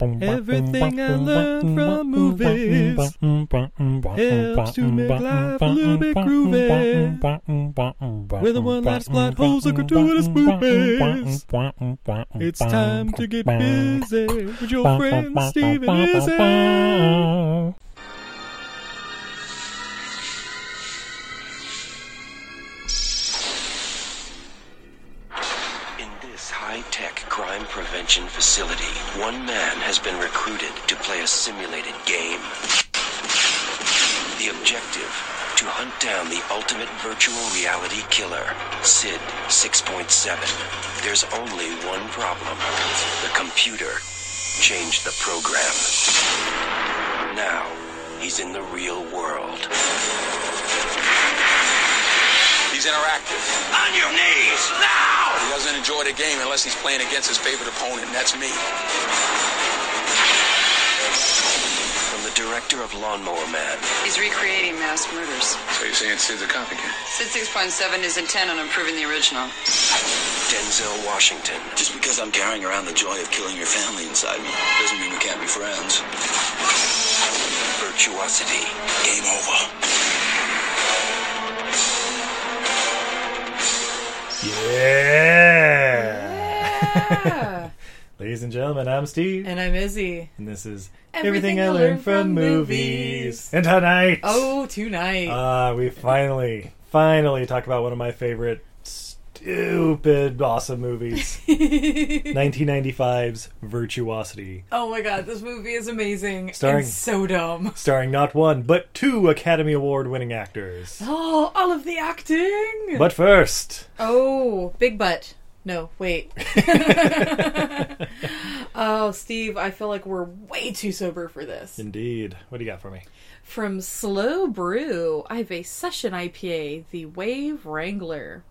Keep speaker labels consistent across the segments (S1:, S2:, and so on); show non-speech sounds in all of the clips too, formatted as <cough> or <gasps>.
S1: Everything I learned from movies helps to make life a little bit groovy. Whether one last plot holes or gratuitous movies, it's time to get busy with your friend Steven Izzy.
S2: In this high-tech crime prevention facility, one man has been recruited to play a simulated game. The objective, to hunt down the ultimate virtual reality killer, Sid 6.7. There's only one problem. The computer changed the program. Now, he's in the real world.
S3: He's interactive.
S2: On your knees, now!
S3: He doesn't enjoy the game unless he's playing against his favorite opponent, and that's me.
S2: From the director of Lawnmower Man,
S4: He's recreating mass murders.
S3: So you're saying Sid's a copycat?
S4: Sid 6.7 is intent on improving the original.
S2: Denzel Washington,
S5: Just because I'm carrying around the joy of killing your family inside me doesn't mean we can't be friends.
S2: Virtuosity,
S5: Game over.
S1: Yeah.
S6: Yeah.
S1: Ladies and gentlemen, I'm Steve,
S6: and I'm Izzy.
S1: and this is
S6: Everything I Learned from Movies.
S1: And tonight,
S6: Oh, tonight.
S1: uh, we finally, finally talk about one of my favorite stupid
S6: <laughs>
S1: awesome movies, 1995's Virtuosity,
S6: oh my god, this movie is amazing.
S1: Starring-
S6: And so dumb. <gasps>
S1: starring not one but two Academy Award-winning actors.
S6: Oh, all of the acting.
S1: But first,
S6: Oh, big butt. No,
S1: <laughs>
S6: wait. <laughs> oh, Steve, I feel like we're way too sober for this.
S1: indeed, what do you got for me?
S6: From Slow Brew, I have a session IPA, the Wave Wrangler.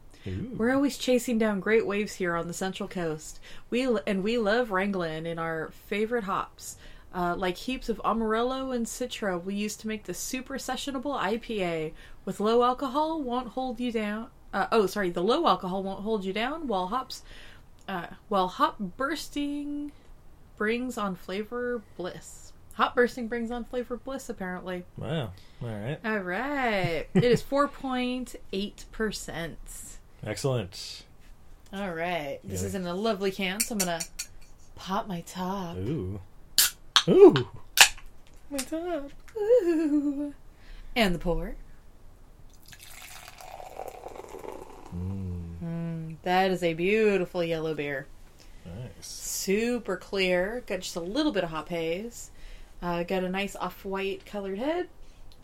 S6: We're always chasing down great waves here on the Central Coast. We l- and we love wrangling in our favorite hops, uh, like heaps of Amarillo and Citra. We use to make the super sessionable IPA with low alcohol won't hold you down. Uh, oh, sorry, the low alcohol won't hold you down while hops, uh, while hop bursting brings on flavor bliss. Hop bursting brings on flavor bliss, apparently.
S1: Wow, all right,
S6: All right. It is 4.8%.
S1: excellent.
S6: All right. This
S1: Yeah.
S6: is in a lovely can, so I'm going to pop my top.
S1: Ooh, ooh,
S6: My top. Ooh. And the pour. Mm, that is a beautiful yellow beer.
S1: nice.
S6: Super clear. Got just a little bit of hop haze. Uh, got a nice off white colored head.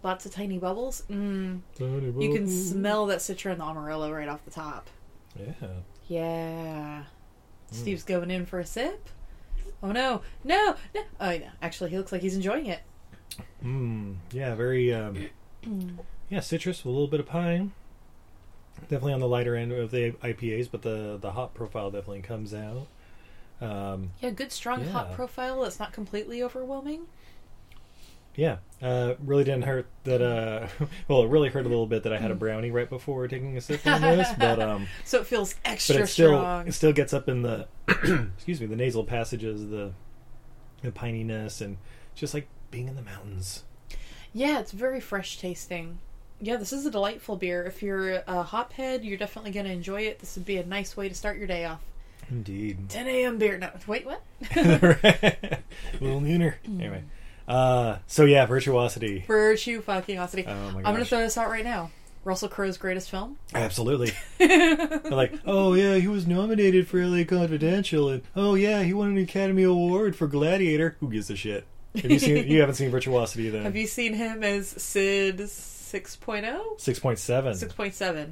S6: Lots of tiny bubbles. Mm, you can smell that citra and the amarillo right off the top.
S1: yeah.
S6: Yeah. Steve's going in for a sip. Oh no, no, no. Oh, yeah. Actually, he looks like he's enjoying it.
S1: Mm, yeah, very um, yeah, citrus with a little bit of pine. Definitely on the lighter end of the IPAs, but the the hop profile definitely comes out. Um,
S6: Yeah, good strong
S1: Yeah.
S6: hop profile that's not completely overwhelming.
S1: yeah, uh, really didn't hurt that. Uh, <laughs> well, it really hurt a little bit that I had a brownie right before taking a sip on this, but um,
S6: So it feels extra
S1: but it still
S6: strong.
S1: it still gets up in the <clears throat> excuse me the nasal passages, the the pininess, and just like being in the mountains.
S6: Yeah, it's very fresh tasting. Yeah, this is a delightful beer. If you're a hop head, you're definitely going to enjoy it. This would be a nice way to start your day off.
S1: Indeed.
S6: 10 a.m. beer. No, wait, what?
S1: a little nooner. Anyway. Uh, so yeah, virtuosity.
S6: Virtue fucking awesity.
S1: Oh my
S6: I'm going to
S1: gosh.
S6: throw this out right now. Russell Crowe's greatest film. <laughs>
S1: Absolutely. They're like, oh yeah, he was nominated for LA Confidential, and oh yeah, he won an Academy Award for Gladiator. Who gives a shit? Have you seen? you haven't seen Virtuosity then?
S6: Have you seen him as Sid oh? 6.0?
S1: Six point seven.
S6: 6.7.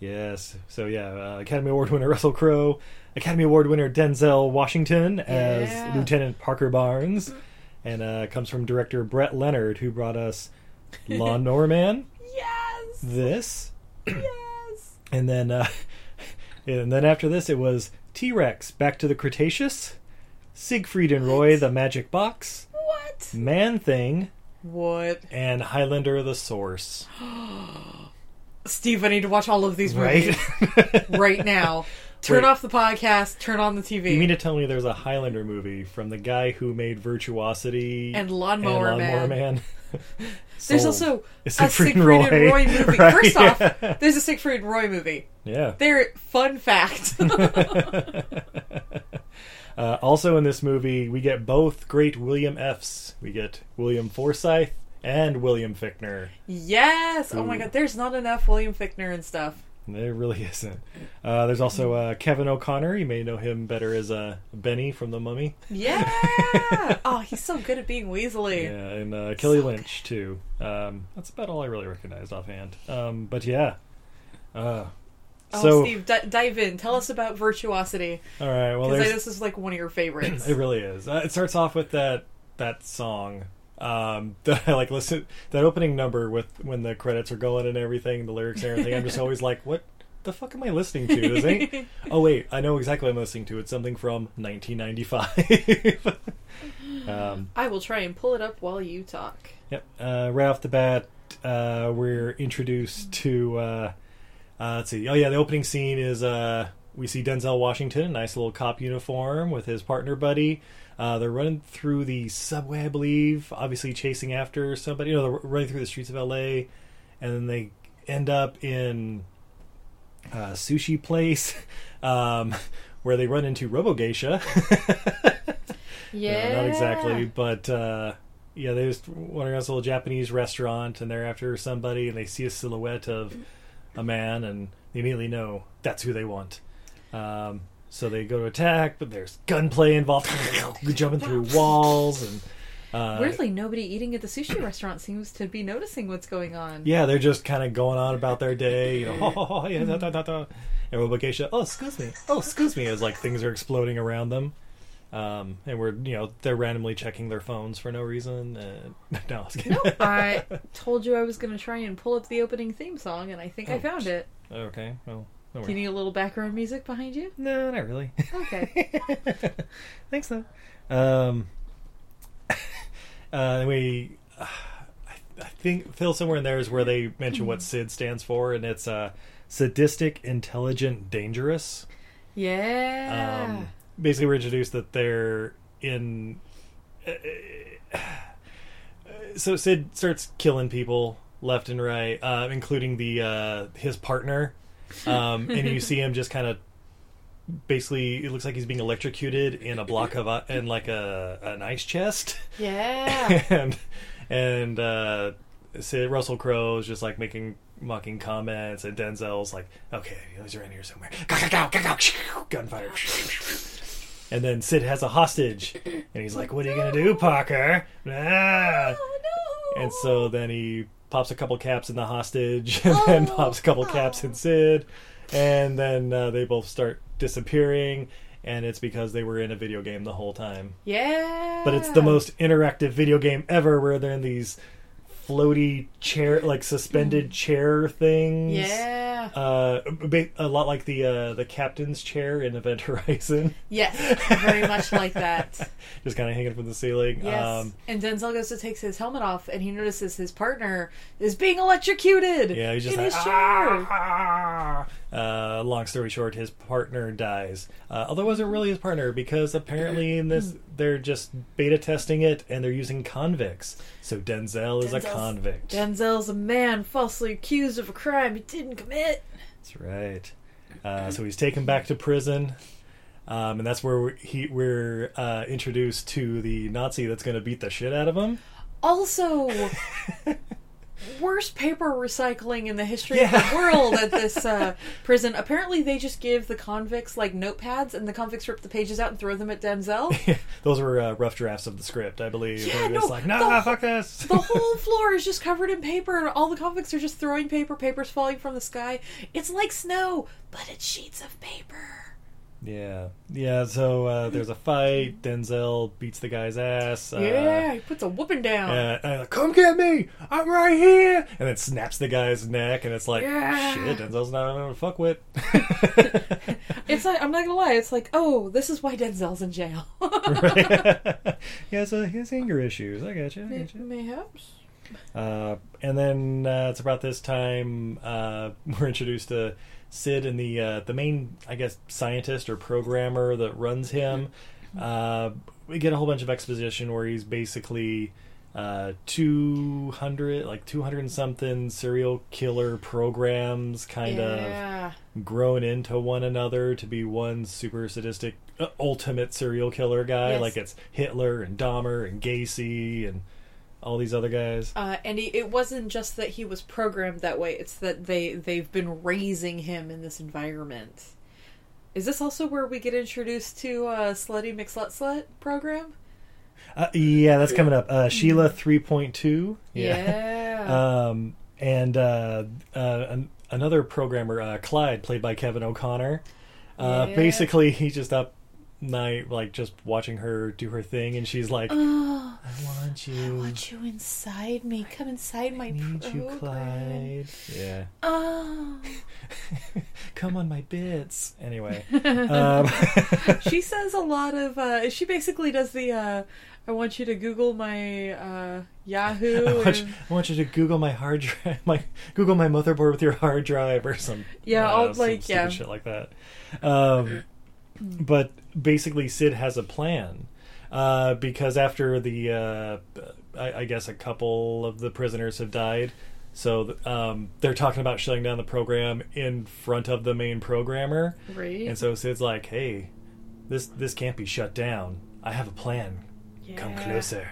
S1: Yes. So yeah, uh, Academy Award winner Russell Crowe, Academy Award winner Denzel Washington as
S6: Yeah. Mm-hmm.
S1: Lieutenant Parker Barnes, and uh, comes from director Brett Leonard, who brought us Lawnmower Man,
S6: Yes!
S1: this,
S6: Yes!
S1: and then uh, <laughs> and then after this it was T-Rex Back to the Cretaceous, Siegfried and Roy the Magic Box,
S6: What?
S1: Man Thing,
S6: What?
S1: and Highlander the Source. <laughs>
S6: Steve, I need to watch all of these movies
S1: Right?
S6: right now. Turn
S1: Wait.
S6: off the podcast. Turn on the TV.
S1: You mean to tell me there's a Highlander movie from the guy who made Virtuosity
S6: And Lawnmower Man. <laughs> there's
S1: Sold.
S6: also a
S1: Siegfried
S6: Siegfried and
S1: Roy,
S6: Roy, movie.
S1: <laughs> right?
S6: First off, there's a Siegfried and Roy movie.
S1: yeah.
S6: There, fun fact.
S1: <laughs> Uh, also in this movie, we get both great William F's. We get William Forsythe and William Fickner.
S6: yes. Oh my god. There's not enough William Fickner and stuff.
S1: There really <laughs> isn't. Uh, there's also uh, Kevin O'Connor. You may know him better as uh, Benny from The Mummy.
S6: Yeah.
S1: <laughs>
S6: oh, he's so good at being Weasley.
S1: Yeah, and uh, Kelly Lynch too. Um, that's about all I really recognized offhand. Um, but yeah. Uh,
S6: Oh,
S1: so
S6: Steve, d- dive in. Tell us about virtuosity.
S1: all right. Well,
S6: 'Cause, like,
S1: there's,
S6: this is like one of your favorites.
S1: <clears throat> It really is. Uh, it starts off with that that song um, <laughs> that I like. Listen, that opening number with when the credits are going and everything, the lyrics and everything. I'm just always like, what the fuck am I listening to? This ain't. Oh wait, I know exactly what I'm listening to. It's something from <laughs> 1995.
S6: I will try and pull it up while you talk.
S1: Yep. Uh, right off the bat, uh, we're introduced to. Uh, uh, let's see. Oh yeah, the opening scene is uh, we see Denzel Washington, nice little cop uniform with his partner buddy. Uh, they're running through the subway, I believe, obviously chasing after somebody. You know, they're running through the streets of L.A. and then they end up in uh, sushi place <laughs> um, where they run into Robo Geisha. <laughs>
S6: Yeah.
S1: Uh, not exactly, but uh, yeah, they just went around this little Japanese restaurant, and they're after somebody, and they see a silhouette of a man, and they immediately know that's who they want. Um, so they go to attack, but there's gunplay involved, <laughs> jumping through walls, and uh,
S6: Weirdly, nobody eating at the sushi restaurant seems to be noticing what's going on. <laughs>
S1: yeah, they're just kind of going on about their day. You know, <laughs> "Oh, oh, oh, yeah, da, da, da, da." And Robo Geisha, oh, excuse me, oh, excuse me, as like things are exploding around them. Um, and we're, you know, they're randomly checking their phones for no reason. Uh, <laughs> no, I was kidding. <laughs>
S6: I told you I was going to try and pull up the opening theme song, and I think I
S1: Oh,
S6: found it.
S1: okay, well, no,
S6: Do you
S1: worries.
S6: need a little background music behind
S1: <laughs>
S6: you?
S1: no, not really.
S6: Okay.
S1: Thanks, though. Um, <laughs> uh, we, uh, I, I think, Phil, somewhere in there is where they mention what SID stands for, and it's uh, sadistic, intelligent, dangerous.
S6: yeah.
S1: um, basically we're introduced that they're in uh, so sid starts killing people left and right uh, including the uh, his partner um, and you see him just kind of basically it looks like he's being electrocuted in a block of i- in like a an ice chest <laughs>
S6: yeah.
S1: and and uh, Sid Russell Crowe's just like making mocking comments, and Denzel's like, "Okay, he's right here somewhere." <laughs> Gunfire. And then Sid has a hostage, and he's like, "What are you gonna do, Parker?" Ah.
S6: oh, no.
S1: And so then he pops a couple caps in the hostage, <laughs> and then
S6: Oh.
S1: pops a couple caps in Sid, and then uh, they both start disappearing, and it's because they were in a video game the whole time
S6: yeah.
S1: but it's the most interactive video game ever where they're in these floaty chair like suspended chair things
S6: Hmm. Yeah.
S1: uh, a bit- a lot like the uh, the captain's chair in Event <laughs> Horizon,
S6: yes. Very much like
S1: <laughs>
S6: that.
S1: just kind of hanging from the ceiling.
S6: Yes.
S1: Um,
S6: and Denzel goes to take his helmet off, and he notices his partner is being electrocuted.
S1: yeah, he's just
S6: in
S1: like,
S6: his chair.
S1: "Ah!" Uh, long story short, his partner dies. Uh, although it wasn't really his partner because apparently in
S6: Hmm.
S1: this they're just beta testing it and they're using convicts. So Denzel is a
S6: Denzel's-
S1: convict.
S6: Denzel's a man falsely accused of a crime he didn't commit.
S1: That's right. Uh, so he's taken back to prison, um, and that's where we- he we're uh, introduced to the Nazi that's going to beat the shit out of him.
S6: Also, worst paper recycling in the history of the world at this uh, prison. Apparently, they just give the convicts like notepads, and the convicts rip the pages out and throw them at Denzel.
S1: Those were uh, rough drafts of the script, I believe.
S6: Yeah,
S1: They were
S6: no,
S1: just like, nah,
S6: the-
S1: fuck this.
S6: The whole floor is just covered in paper, and all the convicts are just throwing paper. Papers falling from the sky. It's like snow, but it's sheets of paper.
S1: <laughs> yeah, yeah. So uh, there's a fight. Denzel beats the guy's ass. Uh,
S6: yeah, he puts a whooping down.
S1: Uh, and I'm like, come get me! I'm right here! And then snaps the guy's neck, and it's like,
S6: Yeah.
S1: shit, Denzel's not gonna fuck with. <laughs>
S6: It's like I'm not gonna lie. It's like, oh, this is why Denzel's in jail.
S1: right? he has uh, he has anger issues. I gotcha. I gotcha.
S6: Mayhaps.
S1: <laughs> Uh, and then uh, it's about this time uh, we're introduced to Sid and the uh, the main, I guess, scientist or programmer that runs him. Uh, we get a whole bunch of exposition where he's basically uh, two hundred, like two hundred and something serial killer programs, kind
S6: yeah.
S1: of grown into one another to be one super sadistic, uh, ultimate serial killer guy.
S6: Yes.
S1: Like it's Hitler and Dahmer and Gacy and all these other guys.
S6: Uh, and he, it wasn't just that he was programmed that way; it's that they they've been raising him in this environment. Is this also where we get introduced to uh, Slutty McSlut Slut program?
S1: Uh, yeah, that's coming up. Uh, Sheila three point two.
S6: Yeah.
S1: <laughs> Um, and uh, uh, an, another programmer, uh, Clyde, played by Kevin O'Connor. Uh,
S6: Yeah.
S1: Basically, he's just up night, like just watching her do her thing, and she's like,
S6: oh,
S1: "I want you,
S6: want you inside me? Come inside my
S1: need you,
S6: program.
S1: Clyde." Yeah, <laughs>
S6: oh.
S1: come on my bits. Anyway, um,
S6: <laughs> she says a lot of. Uh, she basically does the. Uh, I want you to Google my uh, Yahoo.
S1: <laughs> I, want you,
S6: and-
S1: I want you to Google my hard drive, <laughs> my Google my motherboard with your hard drive or some
S6: Yeah,
S1: uh,
S6: all-
S1: some
S6: like,
S1: stupid
S6: yeah.
S1: shit like that. Um, but basically, Sid has a plan uh, because after the uh, I, I guess a couple of the prisoners have died, so um, they're talking about shutting down the program in front of the main programmer.
S6: Right.
S1: <laughs> And so Sid's like, "Hey, this this can't be shut down. I have a plan. Come
S6: Yeah.
S1: closer."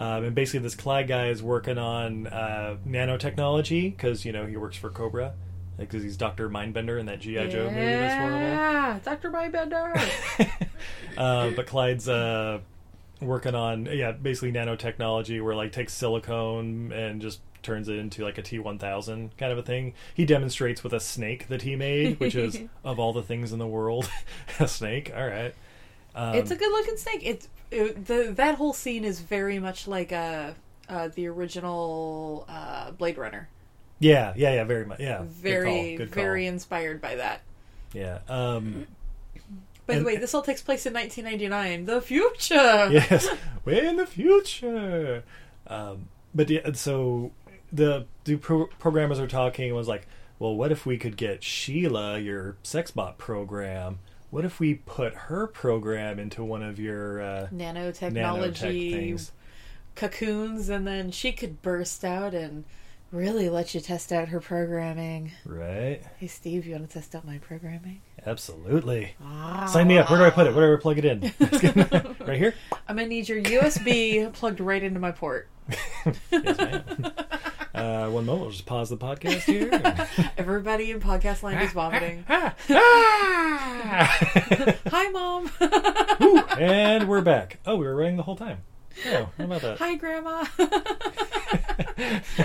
S1: Um, and basically, this Clyde guy is working on uh, nanotechnology because you know he works for Cobra, because he's Doctor Mindbender in that GI Joe movie that's horrible.
S6: Yeah, Dr. Bybender.
S1: Uh, but Clyde's uh, working on yeah, basically nanotechnology where like takes silicone and just turns it into like a T1000 kind of a thing. He demonstrates with a snake that he made,
S6: <laughs>
S1: which is of all the things in the world, <laughs> a snake. All right.
S6: it's a good looking snake. It's it, the that whole scene is very much like uh, uh, the original uh, Blade Runner.
S1: Yeah, yeah, yeah, very much. Yeah. Good
S6: Very,
S1: call, good call.
S6: very inspired by that.
S1: Yeah. Um <laughs>
S6: By the
S1: And-
S6: way, this all takes place in 1999, the future.
S1: yes, way in the future. Um, but yeah, and so the the pro- programmers are talking and was like, well, what if we could get Sheila, your sex bot program? What if we put her program into one of your uh, nanotech
S6: Nanotechnology
S1: things?
S6: cocoons, and then she could burst out and really let you test out her programming.
S1: Right?
S6: Hey, Steve, you want to test out my programming?
S1: Absolutely.
S6: Ah.
S1: Sign me up. Where do I put it? Where do I plug it in? <laughs> right here.
S6: I'm gonna need your
S1: <laughs>
S6: USB plugged right into my port.
S1: Yes, ma'am. Uh, one moment. We'll just pause the podcast here.
S6: <laughs> Everybody in podcast land is vomiting. <laughs> Hi, mom.
S1: and we're back. Oh, we were running the whole time. Oh, how about that?
S6: Hi, grandma. <laughs>
S1: Uh.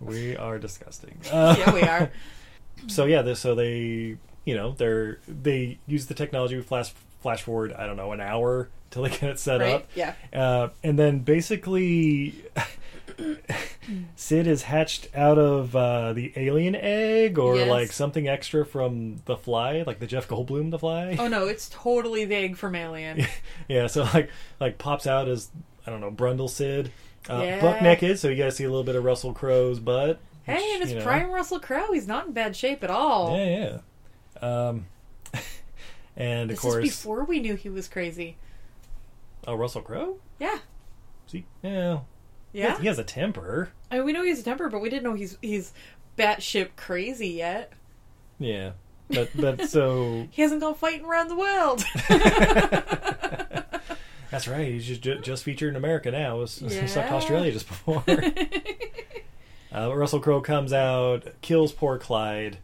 S1: We are
S6: <laughs>
S1: disgusting. Uh,
S6: yeah, we are.
S1: so yeah, this, so they, you know, they're they use the technology. We flash flash forward. I don't know, an hour <laughs> till they get it set
S6: Right,
S1: up.
S6: yeah.
S1: Uh, and then basically, <laughs> Sid is hatched out of uh, the alien egg or
S6: Yes.
S1: like something extra from The Fly, like the Jeff Goldblum The Fly.
S6: Oh no, it's totally the egg from Alien.
S1: <laughs> Yeah, so like like pops out as I don't know Brundle Sid, uh,
S6: Yeah.
S1: buck naked. So you got to see a little bit of Russell Crowe's butt.
S6: Hey,
S1: which,
S6: and it's
S1: you know.
S6: prime Russell Crowe. He's not in bad shape at all.
S1: Yeah, yeah. Um, <laughs> and
S6: this
S1: of course,
S6: is before we knew he was crazy.
S1: oh Russell Crowe.
S6: Yeah,
S1: See, yeah, He
S6: yeah.
S1: has- he has a temper.
S6: I mean, we know he's a temper, but we didn't know he's he's batshit crazy yet.
S1: Yeah, but but <laughs> so
S6: He hasn't gone fighting around the
S1: <laughs>
S6: world.
S1: that's right. He's just ju- just featured in America now. It was <laughs> it sucked
S6: Yeah.
S1: Australia
S6: <laughs>
S1: just before. Uh, but Russell Crowe comes out, kills poor Clyde,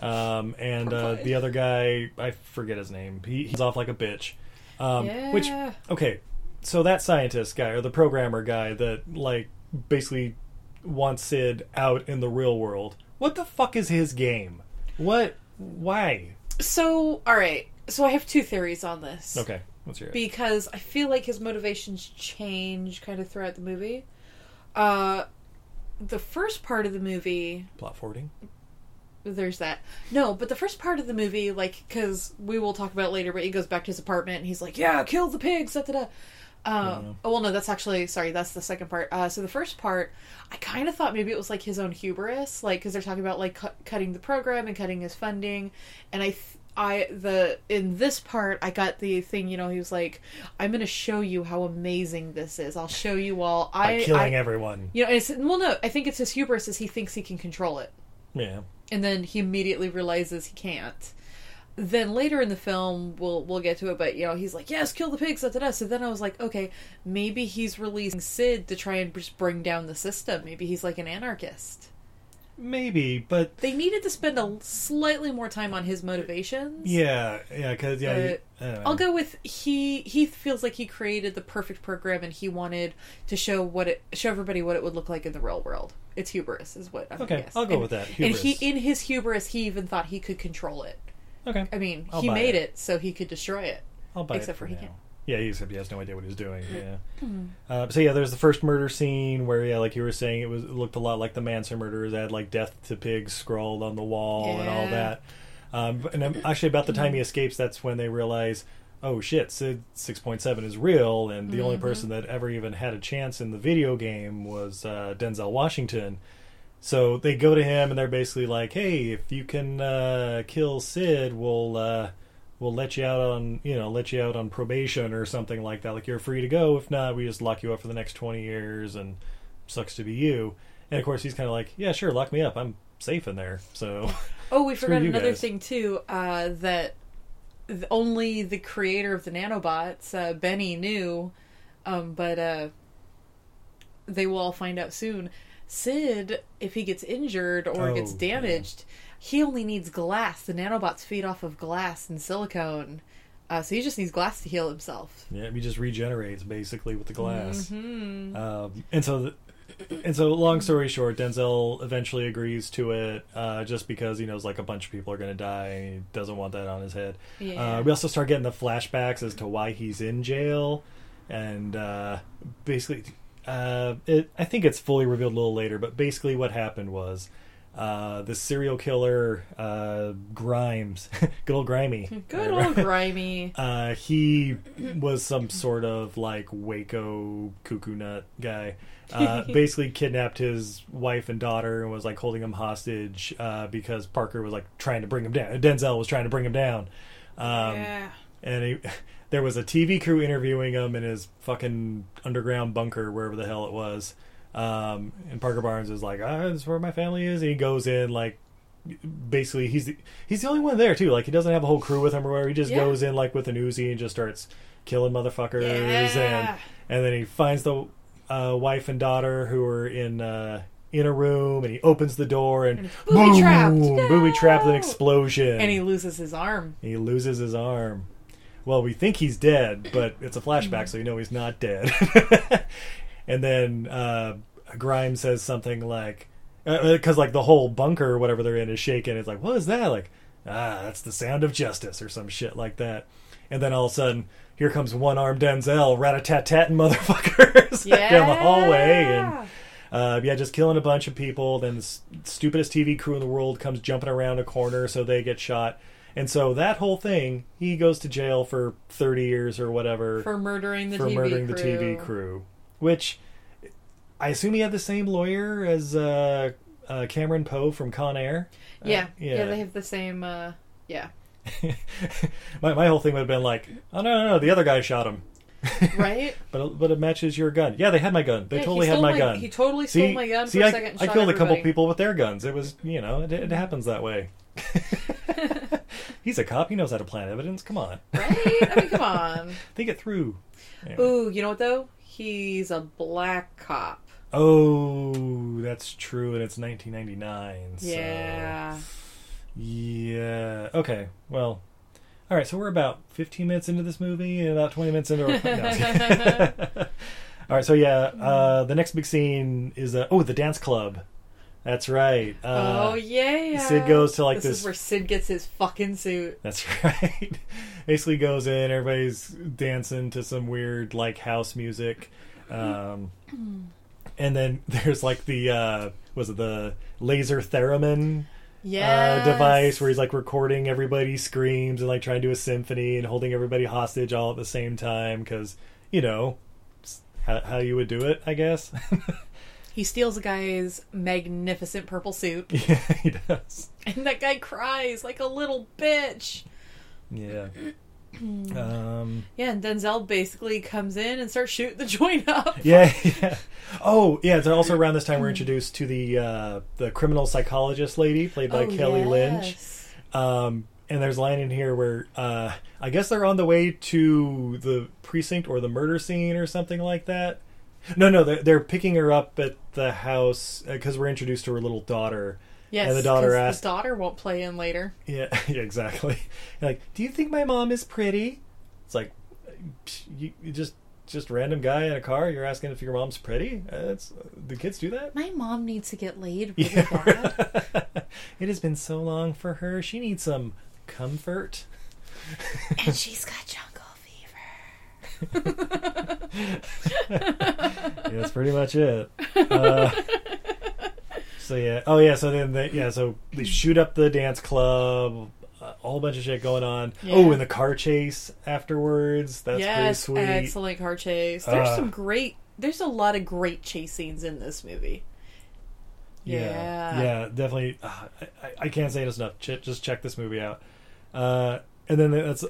S1: um, and
S6: Poor
S1: uh,
S6: Clyde.
S1: the other guy, I forget his name. He, he's off like a bitch. Um, Which,
S6: Yeah.
S1: okay, so that scientist guy or the programmer guy that like basically wants Sid out in the real world. What the fuck is his game? What? Why?
S6: so, all right. So I have two theories on this.
S1: Okay, let's hear it.
S6: because I feel like his motivations change kind of throughout the movie. Uh, the first part of the movie,
S1: Plot forwarding.
S6: there's that. No, but the first part of the movie, like, because we will talk about it later, but he goes back to his apartment and he's like, "Yeah, kill the pigs." Da da da. Uh, oh, well, no, that's actually sorry. That's the second part. Uh, so the first part, I kind of thought maybe it was like his own hubris, like because they're talking about like cu- cutting the program and cutting his funding, and I. Th- I the in this part I got the thing you know he was like I'm gonna show you how amazing this is I'll show you all I
S1: By killing
S6: I,
S1: everyone.
S6: you know it's well no I think it's his hubris is he thinks he can control it
S1: Yeah.
S6: and then he immediately realizes he can't. Then later in the film, we'll we'll get to it, but you know he's like, "Yes, kill the pigs." Da, da, da. So then I was like, "Okay, maybe he's releasing Sid to try and just bring down the system. Maybe he's like an anarchist."
S1: Maybe, but
S6: They needed to spend a slightly more time on his motivations.
S1: yeah, yeah, because yeah, you-
S6: but
S1: I don't know.
S6: I'll go with he. He feels like he created the perfect program, and he wanted to show what it show everybody what it would look like in the real world. It's hubris, is what. I'm
S1: Okay,
S6: guess.
S1: I'll go
S6: And-
S1: with that,
S6: And
S1: hubris.
S6: he, in his hubris, he even thought he could control it.
S1: okay.
S6: I mean,
S1: I'll
S6: he
S1: buy
S6: made
S1: it.
S6: it. so he could destroy it.
S1: I'll buy
S6: Except
S1: it
S6: for he can't. Mm-hmm.
S1: Yeah, he said he has no idea what he's doing.
S6: <clears throat>
S1: Yeah. Uh, so yeah, there's the first murder scene where yeah, like you were saying, it was it looked a lot like the Manson murders. They had like "Death to Pigs" scrawled on the wall and all
S6: Yeah.
S1: that. Um, but- and um, actually, about the time he escapes, that's when they realize, oh shit, Sid six point seven is real, and the
S6: Mm-hmm.
S1: only person that ever even had a chance in the video game was uh, Denzel Washington. So they go to him and they're basically like, "Hey, if you can uh, kill Sid, we'll uh, we'll let you out on you know let you out on probation or something like that. Like you're free to go. If not, we just lock you up for the next twenty years, and sucks to be you." And of course, he's kind of like, "Yeah, sure, lock me up. I'm safe in there." So <laughs>
S6: Oh, we
S1: Screw
S6: forgot
S1: you
S6: another
S1: guys.
S6: thing too. Uh, that th- only the creator of the nanobots, uh, Benny, knew. Um, but uh, they will all find out soon. Sid, if he gets injured or
S1: Oh,
S6: gets
S1: yeah.
S6: damaged, he only needs glass. The nanobots feed off of glass and silicone, uh, so he just needs glass to heal himself.
S1: yeah, he just regenerates basically with the glass.
S6: Mm-hmm.
S1: Um, and so, the, and so, long story short, Denzel eventually agrees to it, uh, just because he knows like a bunch of people are going to die, and he doesn't want that on his head.
S6: Yeah.
S1: Uh, we also start getting the flashbacks as to why he's in jail, and uh, basically, uh, it, I think it's fully revealed a little later. But basically, what happened was. Uh, the serial killer uh, Grimes, <laughs> good old Grimy.
S6: Good old grimy.
S1: <laughs> Uh, he was some sort of like Waco cuckoo nut guy. Uh, basically kidnapped his wife and daughter and was like holding them hostage uh, because Parker was like trying to bring him down. Denzel was trying to bring him down. Um,
S6: yeah.
S1: And he, <laughs> there was a TV crew interviewing him in his fucking underground bunker, wherever the hell it was. Um, and Parker Barnes is like, ah, this is where my family is. And he goes in, like, basically, he's the, he's the only one there, too. Like, he doesn't have a whole crew with him or whatever. He just
S6: Yeah.
S1: goes in, like, with an Uzi and just starts killing motherfuckers.
S6: Yeah.
S1: And, and then he finds the uh, wife and daughter who are in. Uh, in a room, and he opens the door and,
S6: booby
S1: boom,
S6: trapped.
S1: booby trapped, an
S6: No.
S1: explosion,
S6: And he loses his
S1: <laughs>
S6: arm.
S1: he loses his arm. Well, we think he's dead, but it's a flashback, so you know he's not dead. <laughs> and then uh, Grimes says something like, because like the whole bunker or whatever they're in is shaking. It's like, what is that? Like, ah, that's the sound of justice or some shit like that. And then all of a sudden, here comes one armed Denzel, rat a tat tatting <laughs> motherfuckers down the hallway, and
S6: Yeah.
S1: uh, yeah, just killing a bunch of people. Then the s- stupidest TV crew in the world comes jumping around a corner, so they get shot. And so that whole thing, he goes to jail for thirty years or whatever
S6: for murdering the
S1: for
S6: TV
S1: murdering
S6: crew.
S1: the TV crew. Which I assume he had the same lawyer as uh, uh, Cameron Poe from Con Air.
S6: Yeah.
S1: Uh, yeah.
S6: yeah, they have the same. Uh, <laughs> yeah,
S1: my my whole thing would have been like, oh no, no, no, the other guy shot him.
S6: right.
S1: But it, but it matches your gun. Yeah, they had my gun. They
S6: Yeah, he
S1: totally had
S6: stole
S1: my,
S6: my-
S1: gun.
S6: he totally stole my gun for
S1: a
S6: a second and
S1: I
S6: shot
S1: killed a couple
S6: everybody.
S1: people with their guns. It was you know it, it happens that way. <laughs> He's a cop. He knows how to plant evidence. Come on,
S6: right? I mean, come on.
S1: <laughs> think it through.
S6: Ooh, you know what though? He's a black cop.
S1: Oh, that's true, and it's 1999. So.
S6: Yeah.
S1: Yeah. Okay. Well. All right. So we're about 15 minutes into this movie, and about 20 minutes into. <laughs> No. all right. So yeah, uh, the next big scene is uh, oh the dance club. That's right. Uh,
S6: oh yeah.
S1: Sid goes to, like,
S6: this,
S1: this- uh,
S6: is where Sid gets his fucking suit.
S1: That's <laughs> right. Basically goes in, everybody's dancing to some weird like house music. Um and then <laughs> there's like the uh was it the laser theremin
S6: Yeah.
S1: uh, device where he's like recording everybody's screams and like trying to do a symphony and holding everybody hostage all at the same time because you know how, how you would do it, I guess. <laughs>
S6: He steals a guy's magnificent purple suit,
S1: <laughs> yeah, he does.
S6: and that guy cries like a little bitch.
S1: Yeah. um,
S6: Yeah, and Denzel basically comes in and starts shooting the <laughs> joint up.
S1: yeah, yeah. Oh, yeah. It's also around this time we're introduced to the uh, the criminal psychologist lady played by
S6: Oh,
S1: Kelly Lynch.
S6: yes.
S1: Um, and there's a line in here where uh, I guess they're on the way to the precinct or the murder scene or something like that. No, no, they're, they're picking her up at the house because we're introduced to her little daughter.
S6: Yes,
S1: and the daughter
S6: 'cause
S1: asked,
S6: The daughter won't play in later.
S1: yeah, <laughs> yeah, exactly. And like, do you think my mom is pretty? It's like, psh, you, you just just random guy in a car. You're asking if your mom's pretty. Uh, That's do kids do that?
S6: My mom needs to get
S1: <laughs>
S6: laid really bad.
S1: it has been so long for her. She needs some comfort.
S6: and she's got jungle fever.
S1: <laughs> yeah, that's pretty much it. Uh, so yeah. Oh yeah. So then they, yeah. So they shoot up the dance club. A whole bunch of shit going on. Oh,
S6: Yeah.
S1: and the car chase afterwards. That's
S6: yes,
S1: pretty sweet.
S6: excellent car chase. There's
S1: Uh.
S6: some great. There's a lot of great chase scenes in this movie.
S1: Yeah,
S6: Yeah.
S1: yeah, definitely. ah, I, I, I can't say this enough. Ch- just check this movie out. Uh, and then that's,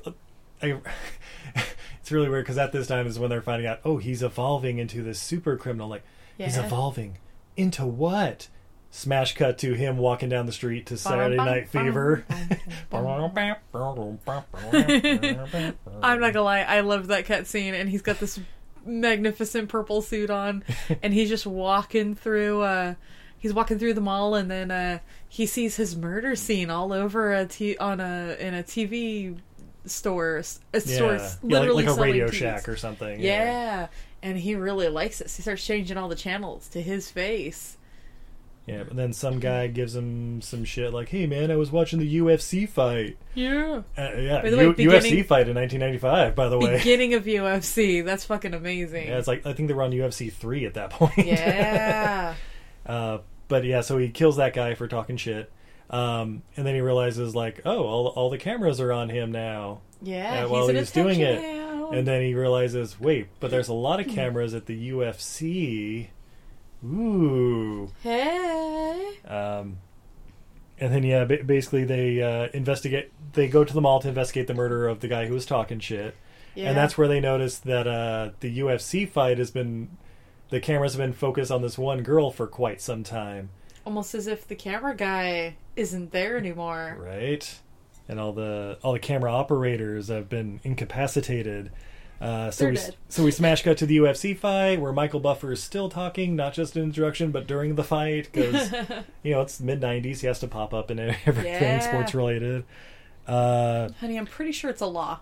S1: I, <laughs> it's really weird because at this time is when they're finding out. Oh, he's evolving into this super criminal. Like he's
S6: Yeah.
S1: evolving into what? Smash cut to him walking down the street to Saturday
S6: bum,
S1: Night
S6: bum,
S1: Fever. <laughs>
S6: I'm not gonna lie, I loved that cutscene, and he's got this magnificent purple suit on,
S1: <laughs>
S6: and he's just walking through. Uh, he's walking through the mall, and then uh, he sees his murder scene all over a t- on a in a TV store, s- a
S1: Yeah,
S6: store
S1: Yeah,
S6: s-
S1: like-
S6: literally
S1: like, a
S6: selling
S1: Radio
S6: TVs.
S1: Shack or something.
S6: Yeah. and he really likes it. So he starts changing all the channels to his face.
S1: yeah. But then some guy gives him some shit like, "Hey man, I was watching the UFC fight."
S6: Yeah.
S1: Uh, yeah,
S6: By the way,
S1: U- UFC
S6: beginning-
S1: fight in 1995. By the
S6: <laughs>
S1: way,
S6: Beginning of UFC. That's fucking amazing.
S1: yeah, it's like I think they were on UFC three at that <laughs> point. <laughs>
S6: yeah.
S1: uh, but yeah, so he kills that guy for talking shit, um, and then he realizes like, oh, all all the cameras are on him now.
S6: Yeah,
S1: uh,
S6: he's
S1: while
S6: an
S1: he's doing it,
S6: attention hound.
S1: and then he realizes, wait, but there's a lot of cameras at the UFC. Ooh.
S6: Hey.
S1: Um, and then yeah, ba- basically they uh, investigate. They go to the mall to investigate the murder of the guy who was talking shit.
S6: Yeah.
S1: And that's where they notice that uh, the UFC fight has been the cameras have been focused on this one girl for quite some time,
S6: almost as if the camera guy isn't there anymore.
S1: right? And all the all the camera operators have been incapacitated. Uh, so
S6: They're
S1: we
S6: dead.
S1: so we smash cut to the UFC fight where Michael Buffer is still talking, not just in introduction, but during the fight
S6: <laughs>
S1: because you know it's mid '90s. He has to pop up in <laughs> everything
S6: Yeah.
S1: sports related. Uh,
S6: Honey, I'm pretty sure it's a law.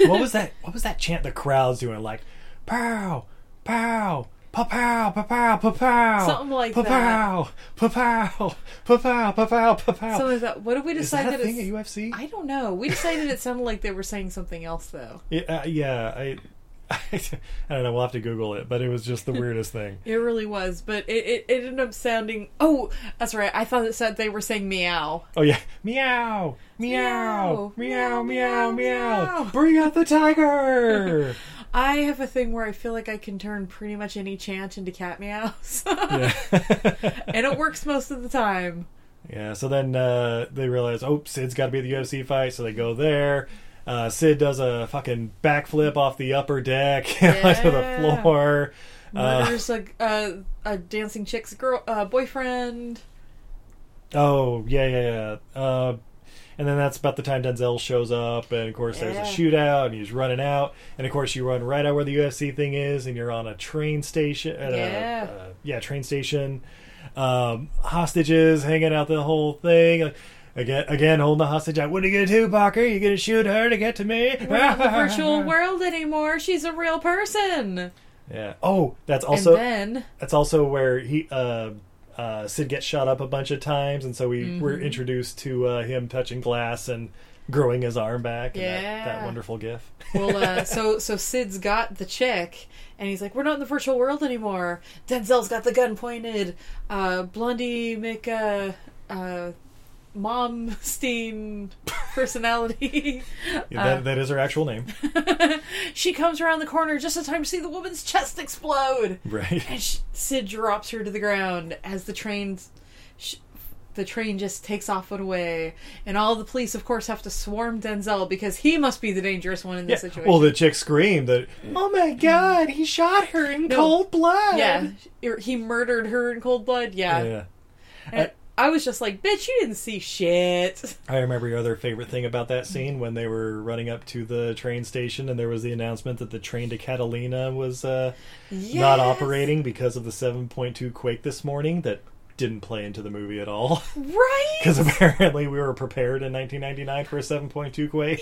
S1: what was that? What was that chant the crowd's doing? Like, pow, pow, pow, pow, pow, pow, pow, pow,
S6: Something like
S1: pow,
S6: that.
S1: pow, pow, pow, pow, pow, pow, pow, pow, pow.
S6: So is that what did we
S1: Oh. Is that
S6: decide
S1: a
S6: that,
S1: thing at
S6: it's
S1: UFC?
S6: I don't know. We decided it sounded like they were saying something else though.
S1: It- uh, yeah, I, <laughs> I, don't know. We'll have to Google it, but it was just
S6: <laughs>
S1: the weirdest thing.
S6: It really was, but it, it, it ended up sounding Oh, that's right. I thought it said they were saying meow.
S1: Oh yeah, meow, meow,
S6: Meow,
S1: meow,
S6: meow,
S1: meow, meow.
S6: meow.
S1: Bring out
S6: <laughs>
S1: the tiger.
S6: I have a thing where I feel like I can turn pretty much any chant into cat meows. <laughs> and it works most of the time.
S1: Yeah, so then uh, they realize, oh, Sid's got to be at the UFC fight, so they go there. Uh, Sid does a fucking backflip off the upper deck <laughs> onto the
S6: Yeah.
S1: floor. Uh,
S6: Murders a, a a dancing chick's girl uh, boyfriend.
S1: oh, yeah, yeah, yeah. Uh, and then that's about the time Denzel shows up, and of course there's
S6: Yeah.
S1: a shootout, and he's running out, and of course you run right out where the UFC thing is, and you're on a train station. At
S6: Yeah.
S1: A, uh, yeah, train station. Um, hostages hanging out the whole thing. Like, again, again holding the hostage out. What are you gonna do, Parker? You gonna shoot her to get to me?
S6: not the virtual world anymore. She's a real person.
S1: <laughs> Yeah. Oh, that's also
S6: and then
S1: that's also where he uh, uh, Sid gets shot up a bunch of times, and so we were
S6: Mm-hmm.
S1: introduced to uh, him touching glass and growing his arm back. And that, that
S6: Yeah. <laughs>
S1: wonderful gif.
S6: well, uh, so so Sid's got the chick, and he's like, "We're not in the virtual world anymore." Denzel's got the gun pointed. Uh, Blondie Mc uh, uh, mom steen <laughs> personality.
S1: Yeah,
S6: Uh,
S1: that, that is her
S6: <laughs>
S1: actual name,
S6: she comes around the corner just in time to see the woman's chest explode.
S1: right?
S6: And sh Sid drops her to the ground as the train, sh- the train just takes off and away. And all the police, of course, have to swarm Denzel because he must be the dangerous one in
S1: Yeah.
S6: this situation.
S1: Well, the chick screamed that, "Oh my god, he shot her in cold blood!"
S6: yeah, or he murdered her in cold blood. Yeah,
S1: yeah.
S6: And I was just like, bitch, you didn't see shit.
S1: I remember your other favorite thing about that scene when they were running up to the train station and there was the announcement that the train to Catalina was uh, not
S6: Yes.
S1: operating because of the 7.2 quake this morning that didn't play into the movie at all. <laughs>
S6: right?
S1: Because apparently we were prepared in 1999 for a 7.2 quake.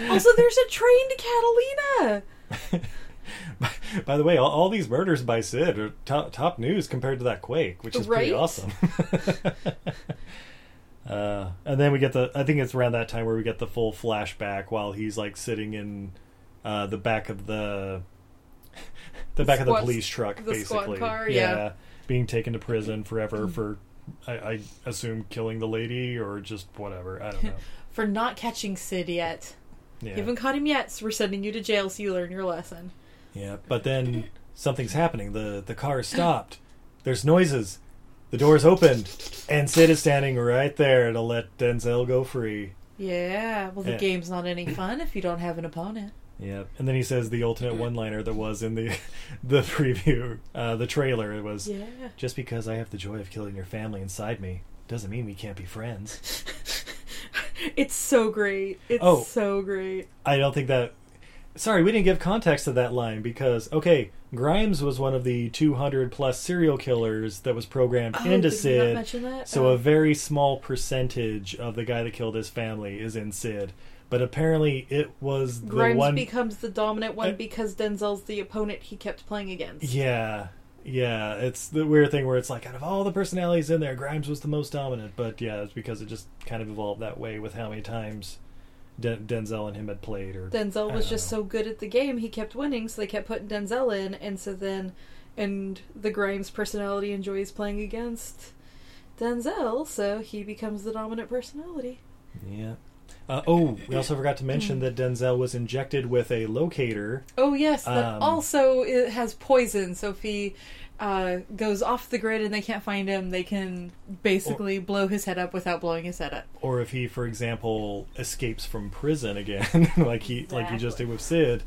S6: Yeah. Also, there's a train to Catalina.
S1: By the way, all, all these murders by Sid are top, top news compared to that quake, which is pretty
S6: Right?
S1: awesome. <laughs> uh, and then we get the, I think it's around that time where we get the full flashback while he's like sitting in uh, the back of the, <laughs> the back of the
S6: squad-
S1: police truck,
S6: the squad
S1: basically.
S6: car, yeah.
S1: Being taken to prison
S6: <clears throat>
S1: forever for, I, I assume, killing the lady or just whatever. I
S6: <laughs>
S1: don't know.
S6: For not catching Sid yet.
S1: Yeah.
S6: You haven't caught him yet, so we're sending you to jail so you learn your lesson.
S1: Yeah, but then something's happening. The the car is stopped. There's noises. The door's opened, and Sid is standing right there to let Denzel go free.
S6: Yeah, well, the
S1: Yeah.
S6: game's not any fun if you don't have an opponent.
S1: Yeah, and then he says the alternate one-liner that was in the <laughs> the preview, uh, the trailer. It was
S6: Yeah.
S1: just because I have the joy of killing your family inside me doesn't mean we can't be friends.
S6: It's so great. It's
S1: Oh.
S6: so great.
S1: I don't think that. Sorry, we didn't give context to that line because okay, Grimes was one of the 200 plus serial killers that was programmed
S6: Oh, did we
S1: into
S6: not
S1: Sid.
S6: mention that?
S1: So
S6: Oh.
S1: a very small percentage of the guy that killed his family is in Sid, but apparently it was the
S6: Grimes
S1: one.
S6: becomes the dominant one
S1: Uh,
S6: because Denzel's the opponent he kept playing against.
S1: yeah, yeah, it's the weird thing where it's like out of all the personalities in there, Grimes was the most dominant. But yeah, it's because it just kind of evolved that way with how many times Den- Denzel and him had played. Or
S6: Denzel
S1: I
S6: was
S1: don't
S6: just
S1: know.
S6: so good at the game, he kept winning, so they kept putting Denzel in, and so then, and the Grimes personality enjoys playing against Denzel, so he becomes the dominant personality.
S1: Yeah. Uh, oh, we also forgot to mention that Denzel was injected with a locator.
S6: Oh yes, that
S1: Um,
S6: also it has poison. So if he uh, goes off the grid and they can't find him, they can basically blow his head up without blowing his head up.
S1: or if he, for example, escapes from prison again, <laughs> like he like he just did with Sid.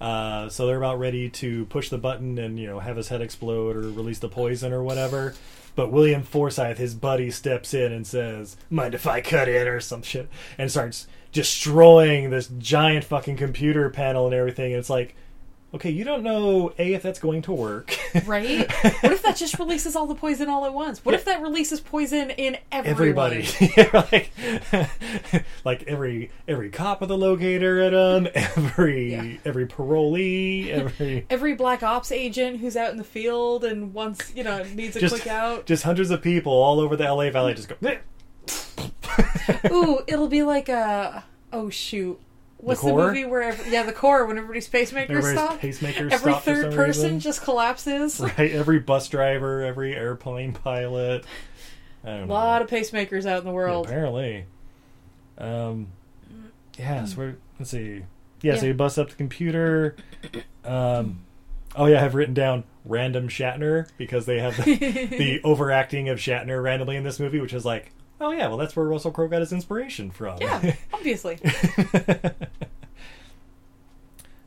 S1: Uh, so they're about ready to push the button and you know have his head explode or release the poison or whatever. But William Forsythe, his buddy, steps in and says, "Mind if I cut in?" or some shit, and starts destroying this giant fucking computer panel and everything. And it's like, okay, you don't know a if that's going to work. <laughs>
S6: Right? what if that just releases all the poison all at once? What if that releases poison in everyone?
S1: everybody Yeah, like, <laughs> like every every cop with a locator at him <laughs> every
S6: Yeah.
S1: every parolee every
S6: Every black ops agent who's out in the field and wants, you know, needs a
S1: just
S6: quick out.
S1: just hundreds of people all over the la valley just go <laughs>
S6: Ooh, it'll be like a oh shoot. What's the,
S1: core?
S6: movie where ev- yeah the core when everybody's pacemaker
S1: Everybody's
S6: stop
S1: pacemaker
S6: every
S1: stop for
S6: third
S1: some
S6: person
S1: reason.
S6: just collapses
S1: right every bus driver every airplane pilot i don't
S6: a
S1: know
S6: lot of pacemakers out in the world
S1: apparently um yeah so we're, let's see yeah, so
S6: Mm. Yeah.
S1: you bust up the computer um oh yeah i've written down random shatner because they have the,
S6: <laughs>
S1: the overacting of shatner randomly in this movie which is like oh yeah well that's where russell crowe got his inspiration from <laughs>
S6: Yeah, obviously.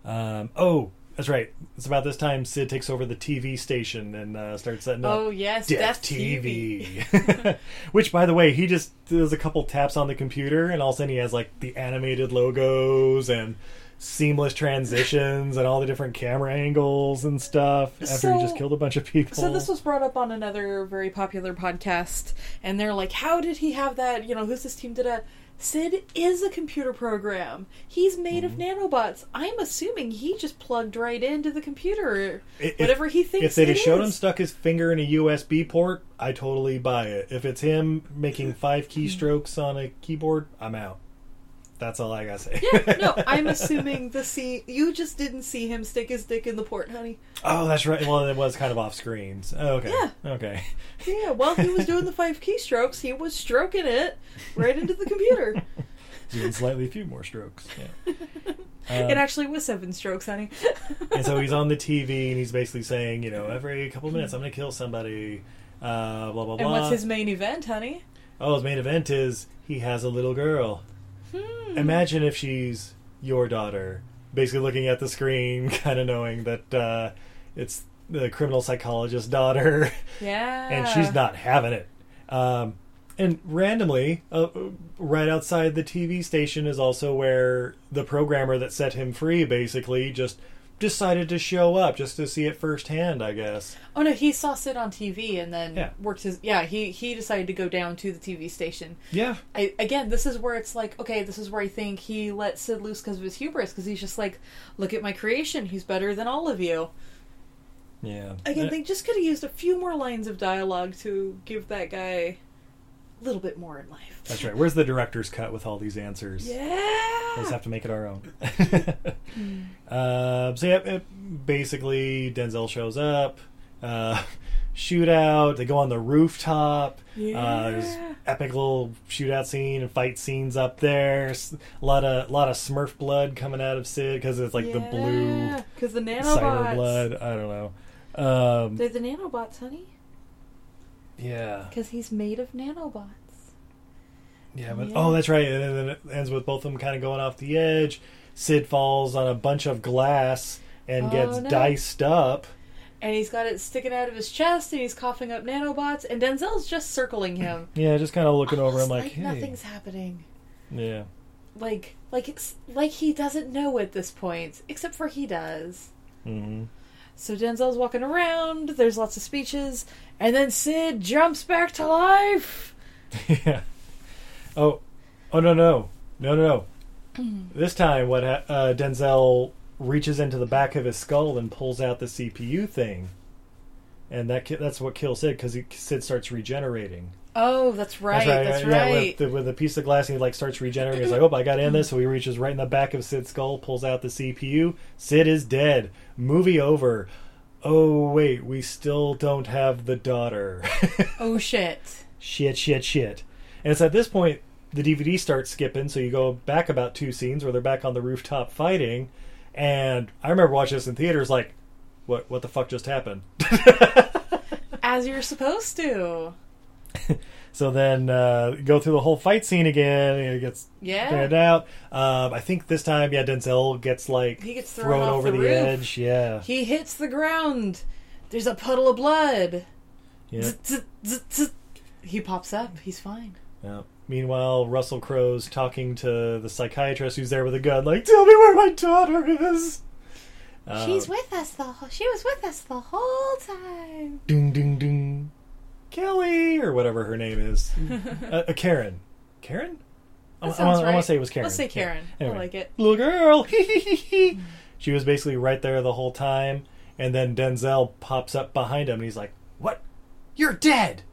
S1: um oh that's right it's about this time sid takes over the tv station and uh, starts setting up
S6: Oh yes,
S1: Death TV. <laughs>
S6: <laughs>
S1: Which, by the way, he just does a couple taps on the computer, and all of a sudden he has like the animated logos and seamless transitions and all the different camera angles and stuff after he
S6: So-
S1: just killed a bunch of people.
S6: So this was brought up on another very popular podcast, and they're like, "How did he have that? You know, who's this team? Did a Sid is a computer program. He's made of
S1: Mm-hmm.
S6: nanobots. I'm assuming he just plugged right into the computer,
S1: I- if-
S6: whatever he thinks.
S1: If they'd
S6: it
S1: have showed
S6: is.
S1: him stuck his finger in a USB port, I totally buy it. If it's him making five keystrokes on a keyboard, I'm out. That's all I gotta say.
S6: Yeah,
S1: <laughs>
S6: no, I'm assuming the sea. You just didn't see him stick his dick in the port, honey.
S1: oh, that's right. Well, it was kind of off screen. So, oh, okay.
S6: Yeah.
S1: Okay. <laughs>
S6: Yeah, while he was doing the five keystrokes, he was stroking it right into the computer.
S1: Even slightly few more strokes. Yeah. Uh,
S6: it actually was seven strokes, honey.
S1: And so he's on the TV and he's basically saying, you know, every couple minutes I'm gonna kill somebody. Uh, blah blah
S6: and
S1: blah.
S6: what's his main event, honey?
S1: Oh, his main event is he has a little girl.
S6: Hmm.
S1: Imagine if she's your daughter, basically looking at the screen, <laughs> kind of knowing that uh, it's the criminal psychologist's daughter, <laughs>
S6: Yeah.
S1: and she's not having it. Um, and randomly, uh, right outside the TV station is also where the programmer that set him free basically just decided to show up just to see it firsthand, I guess.
S6: Oh no, he saw Sid on TV and then
S1: Yeah.
S6: worked his. Yeah, he he decided to go down to the TV station.
S1: Yeah.
S6: I, again, this is where it's like, okay, this is where I think he let Sid loose because of his hubris, because he's just like, look at my creation, he's better than all of you.
S1: Yeah.
S6: Again, they just could have used a few more lines of dialogue to give that guy a little bit more in life.
S1: That's right. Where's the director's cut with all these answers?
S6: Yeah.
S1: We just have to make it our own. uh, so yeah, it- basically Denzel shows up, uh, <laughs> shootout. They go on the rooftop. Uh, there's
S6: Yeah.
S1: epic little shootout scene and fight scenes up there. S- A lot of lot of Smurf blood coming out of Sid because it's like the blue
S6: Because the
S1: cyber
S6: nanobots.
S1: blood. I don't know. Um,
S6: They're the nanobots, honey.
S1: yeah,
S6: Because he's made of nanobots.
S1: yeah. But
S6: yeah.
S1: oh, that's right. And then it ends with both of them kind of going off the edge. Sid falls on a bunch of glass and
S6: Oh,
S1: gets
S6: no.
S1: diced up.
S6: And he's got it sticking out of his chest, and he's coughing up nanobots, and Denzel's just circling him.
S1: Yeah, just kind of <laughs> looking over.
S6: Almost
S1: I'm like, hey.
S6: nothing's happening.
S1: Yeah. <laughs>
S6: like like it's like he doesn't know at this point except for he does
S1: hmm
S6: so denzel's walking around there's lots of speeches and then sid jumps back to life
S1: yeah. Oh, oh no no
S6: <clears throat>
S1: no no no. this time, what ha- uh, Denzel reaches into the back of his skull and pulls out the CPU thing, and that ki- that's what kills Sid because Sid starts regenerating.
S6: oh that's right that's right,
S1: Yeah, with, the, with a piece of glass, and he like starts regenerating. He's like, "Oh, I got in this." So he reaches right in the back of Sid's skull, pulls out the CPU. Sid is dead. Movie over. Oh wait, we still don't have the daughter. <laughs>
S6: oh shit
S1: shit, shit, shit. And it's at this point the DVD starts skipping, so you go back about two scenes where they're back on the rooftop fighting. And I remember watching this in theaters, like, what, what the fuck just happened?
S6: as you're supposed to
S1: so then uh, go through the whole fight scene again, and it gets
S6: Yeah.
S1: figured out. Um, I think this time, yeah, Denzel gets like
S6: He gets thrown off
S1: over
S6: the
S1: the,
S6: roof.
S1: edge. Yeah,
S6: he hits the ground there's a puddle of blood
S1: yeah.
S6: Zzz, zzz, zzz. he pops up he's fine
S1: yeah. Meanwhile, Russell Crowe's talking to the psychiatrist who's there with a gun, like, "Tell me where my daughter is." Uh,
S6: with us the whole she was with us the whole time
S1: ding ding ding kelly or whatever her
S6: <laughs>
S1: name is uh, uh, karen karen I, I,
S6: sounds
S1: wanna- I want
S6: right.
S1: to say it was karen
S6: Let's say
S1: Yeah.
S6: Karen. I like it.
S1: little girl <laughs> she was basically right there the whole time and then denzel pops up behind him and he's like what you're dead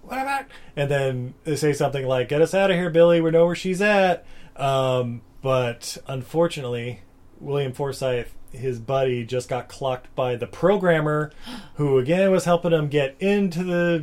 S1: what about and then they say something like get us out of here billy we know where she's at um, but unfortunately william forsythe his buddy just got clocked by the programmer who again was helping him get into the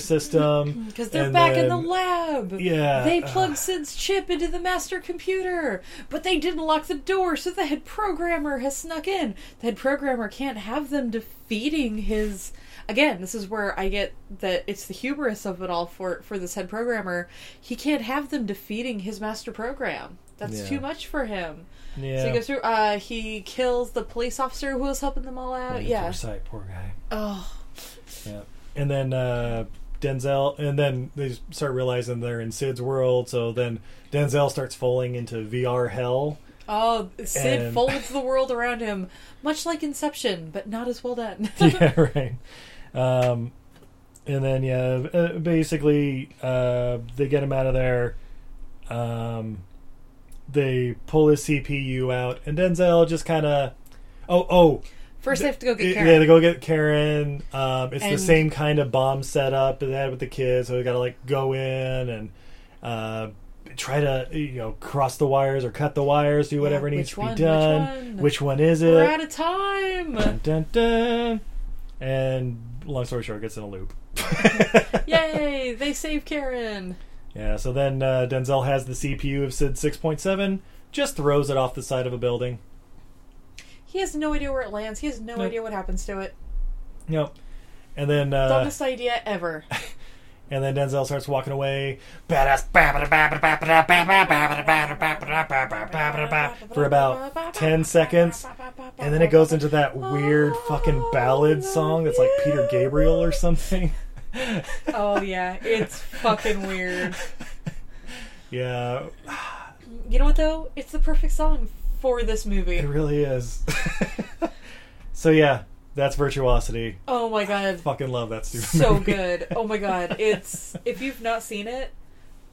S6: <laughs>
S1: system
S6: Because they're
S1: And
S6: back in the
S1: then-
S6: lab.
S1: Yeah,
S6: They
S1: uh.
S6: plugged Sid's chip into the master computer, but they didn't lock the door, so the head programmer has snuck in. The head programmer can't have them defeating his. Again, this is where I get that it's the hubris of it all for for this head programmer. He can't have them defeating his master program. That's
S1: Yeah.
S6: too much for him.
S1: yeah
S6: So he goes through. Uh, he kills the police officer who was helping them all out.
S1: William
S6: Yeah.
S1: Forsythe, poor guy
S6: Oh.
S1: Yeah. And then uh, Denzel, and then they start realizing they're in Sid's world. So then Denzel starts falling into VR
S6: <laughs>
S1: hell. <laughs>
S6: Oh, Sid
S1: And-
S6: folds the world around him, much like Inception, but not as well done.
S1: <laughs> yeah, right. Um, and then yeah, uh, basically uh, they get him out of there. Um, they pull his CPU out, and Denzel just kind of, oh oh.
S6: <laughs> First, they have to go get
S1: It-
S6: Karen.
S1: <laughs> Yeah, they go get Karen. Um, it's the
S6: And-
S1: same kind of bomb setup they had with the kids, so they got to like go in and uh, try to you know cross the wires or cut the wires, do whatever
S6: Yeah,
S1: needs
S6: which
S1: to be
S6: one, which
S1: done.
S6: one?
S1: Which one is it?
S6: We're out of time.
S1: dun, dun, dun. And long story short, gets in a loop.
S6: Yay! They save Karen.
S1: Yeah, so then uh, Denzel has the CPU of Sid 6.7, just throws it off the side of a building.
S6: He has no idea where it lands. He has no
S1: Nope.
S6: idea what happens to it.
S1: Yep. And then uh,
S6: Dumbest idea
S1: <laughs>
S6: ever.
S1: and then Denzel starts walking away for about 10 seconds. And then it goes into that weird fucking ballad song that's like Peter Gabriel or something. <laughs>
S6: Oh yeah, it's fucking weird.
S1: Yeah,
S6: You know what though? It's the perfect song for this movie.
S1: it really is. <laughs> so yeah, that's virtuosity.
S6: Oh my god,
S1: Fucking love that stupid
S6: so
S1: movie.
S6: good. Oh my god, it's if you've not seen it,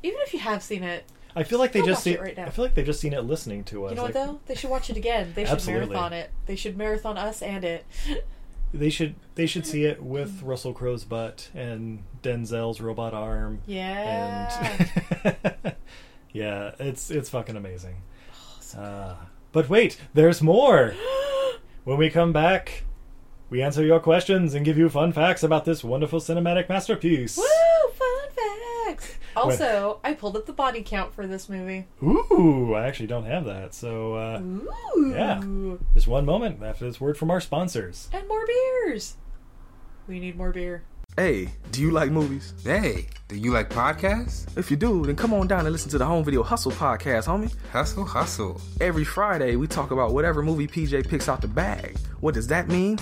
S6: even if you have seen it,
S1: I feel like they
S6: I'll
S1: just
S6: watch
S1: see,
S6: it right now.
S1: I feel like they just seen it listening to us.
S6: you know
S1: like,
S6: what though? They should watch it again. They should
S1: Absolutely.
S6: marathon it. They should marathon us and
S1: <laughs>
S6: it.
S1: They should they should see it with Russell Crowe's butt and Denzel's robot arm.
S6: Yeah.
S1: And <laughs> yeah, it's it's fucking amazing. Uh, but wait,
S6: <gasps>
S1: there's more. when we come back, we answer your questions and give you fun facts about this wonderful cinematic masterpiece.
S6: Woo! Fun facts. Also, I pulled up the body count for this movie.
S1: Ooh, I actually don't have that. So uh,
S6: Ooh.
S1: Yeah. just one moment after this word from our sponsors.
S6: And more beers. We need more beer.
S7: Hey, do you like movies?
S5: Hey, do you like podcasts?
S7: If you do, then come on down and listen to the Home Video Hustle podcast, homie.
S5: Hustle, hustle.
S7: Every Friday, we talk about whatever movie PJ picks out the bag. What does that mean?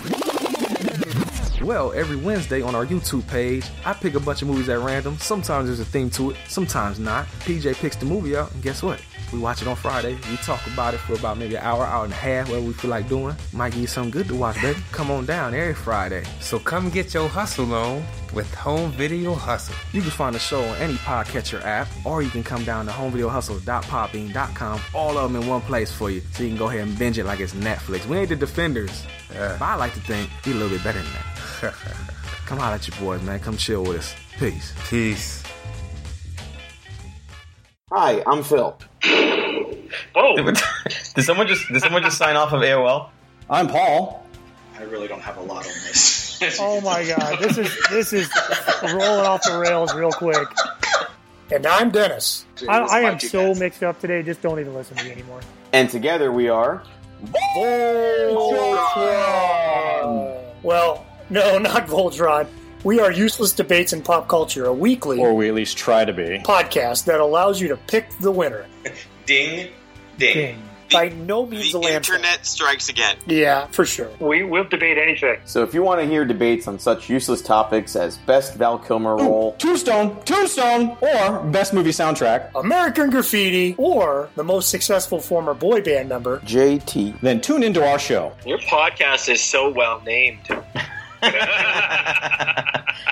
S7: Well, every Wednesday on our YouTube page, I pick a bunch of movies at random. Sometimes there's a theme to it, sometimes not. PJ picks the movie out, and guess what? We watch it on Friday. We talk about it for about maybe an hour, hour and a half, whatever we feel like doing. Might give you something good to watch, baby. Come on down every Friday.
S5: So come get your hustle on with Home Video Hustle.
S7: You can find the show on any podcatcher app, or you can come down to homevideohustle.podbean.com. All of them in one place for you, so you can go ahead and binge it like it's Netflix. We ain't the defenders,
S5: Uh.
S7: but I like to think we a little bit better than that. come holler at your boys, man. Come chill with us. Peace.
S5: Peace.
S8: Hi, I'm Phil.
S9: Whoa! <laughs> did someone just did someone just sign off of AOL?
S8: I'm Paul.
S3: I really don't have a lot on this. <laughs>
S10: Oh my god, this is this is rolling off the rails real quick.
S11: And I'm Dennis.
S10: I, I am so mixed up today. Just don't even listen to me anymore.
S8: And together we are.
S11: Well, no, not Voltron. We are Useless Debates in Pop Culture, a weekly
S9: Or we at least try to be.
S11: podcast that allows you to pick the winner.
S9: Ding, ding.
S10: Dang.
S11: By no means a
S8: The
S11: landfill.
S8: internet strikes again.
S11: Yeah, for sure.
S10: We will debate anything.
S8: So if you want to hear debates on such useless topics as best Val Kilmer role,
S9: Tombstone, Tombstone, or best movie soundtrack.
S11: American Graffiti or the most successful former boy band member.
S8: JT,
S9: Then tune into our show.
S10: Your podcast is so well named.
S9: <laughs>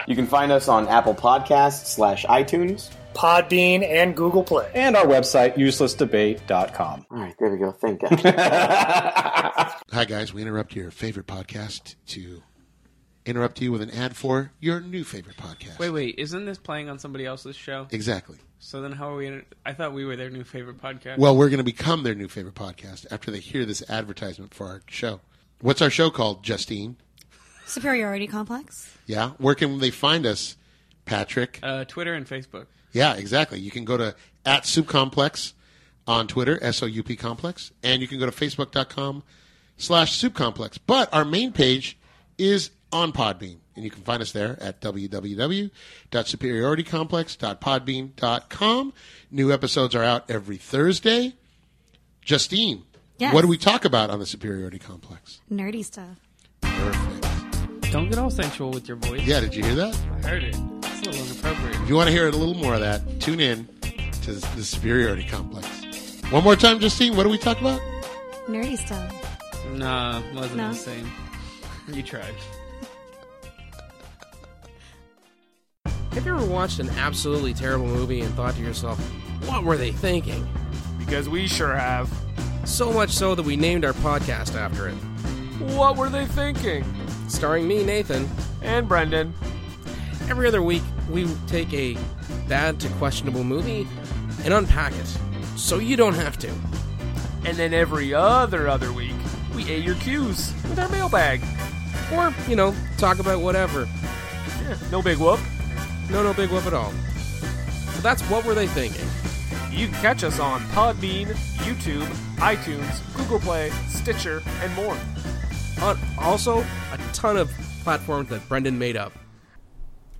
S8: you can find us on Apple Podcasts slash iTunes.
S11: Podbean and Google Play.
S9: And our website, uselessdebate.com.
S8: All right, there we go. Thank God.
S12: Hi, guys. We interrupt your favorite podcast to interrupt you with an ad for your new favorite podcast.
S7: Wait, wait. Isn't this playing on somebody else's show?
S12: Exactly.
S7: So then, how are we? In- I thought we were their new favorite podcast.
S12: Well, we're going to become their new favorite podcast after they hear this advertisement for our show. What's our show called, Justine?
S11: Superiority complex.
S12: Yeah. Where can they find us, Patrick?
S7: uh, Twitter and Facebook.
S12: Yeah, exactly. You can go to at Soup Complex on Twitter, S O U P Complex, and you can go to Facebook.com slash Soup Complex. But our main page is on Podbean, and you can find us there at www.superioritycomplex.podbean.com. New episodes are out every Thursday. Justine,
S11: Yes.
S12: what do we talk about on the Superiority Complex?
S11: Nerdy stuff.
S12: Perfect.
S7: Don't get all sensual with your voice.
S12: Yeah, did you hear that?
S7: I heard it. It's a little inappropriate.
S12: If you want to hear a little more of that, tune in to the Superiority Complex. One more time, Justine, what do we talk about?
S11: Nerdy stuff.
S7: Nah, wasn't
S11: No.
S7: the same. You tried. Have you ever watched an absolutely terrible movie and thought to yourself, what were they thinking?
S10: Because we sure have.
S7: So much so that we named our podcast after it.
S10: What were they thinking?
S7: Starring me, Nathan,
S10: And Brendan.
S7: every other week we take a bad to questionable movie
S13: and unpack it so you don't have to. And then every other other week, we A your Q's with our mailbag. Or, you know, talk about whatever. Yeah, no big whoop. No, no big whoop at all. So that's what were they thinking? You can catch us on Podbean, YouTube, iTunes, Google Play, Stitcher, and more. On Uh, also a ton of platforms that Brendan made up.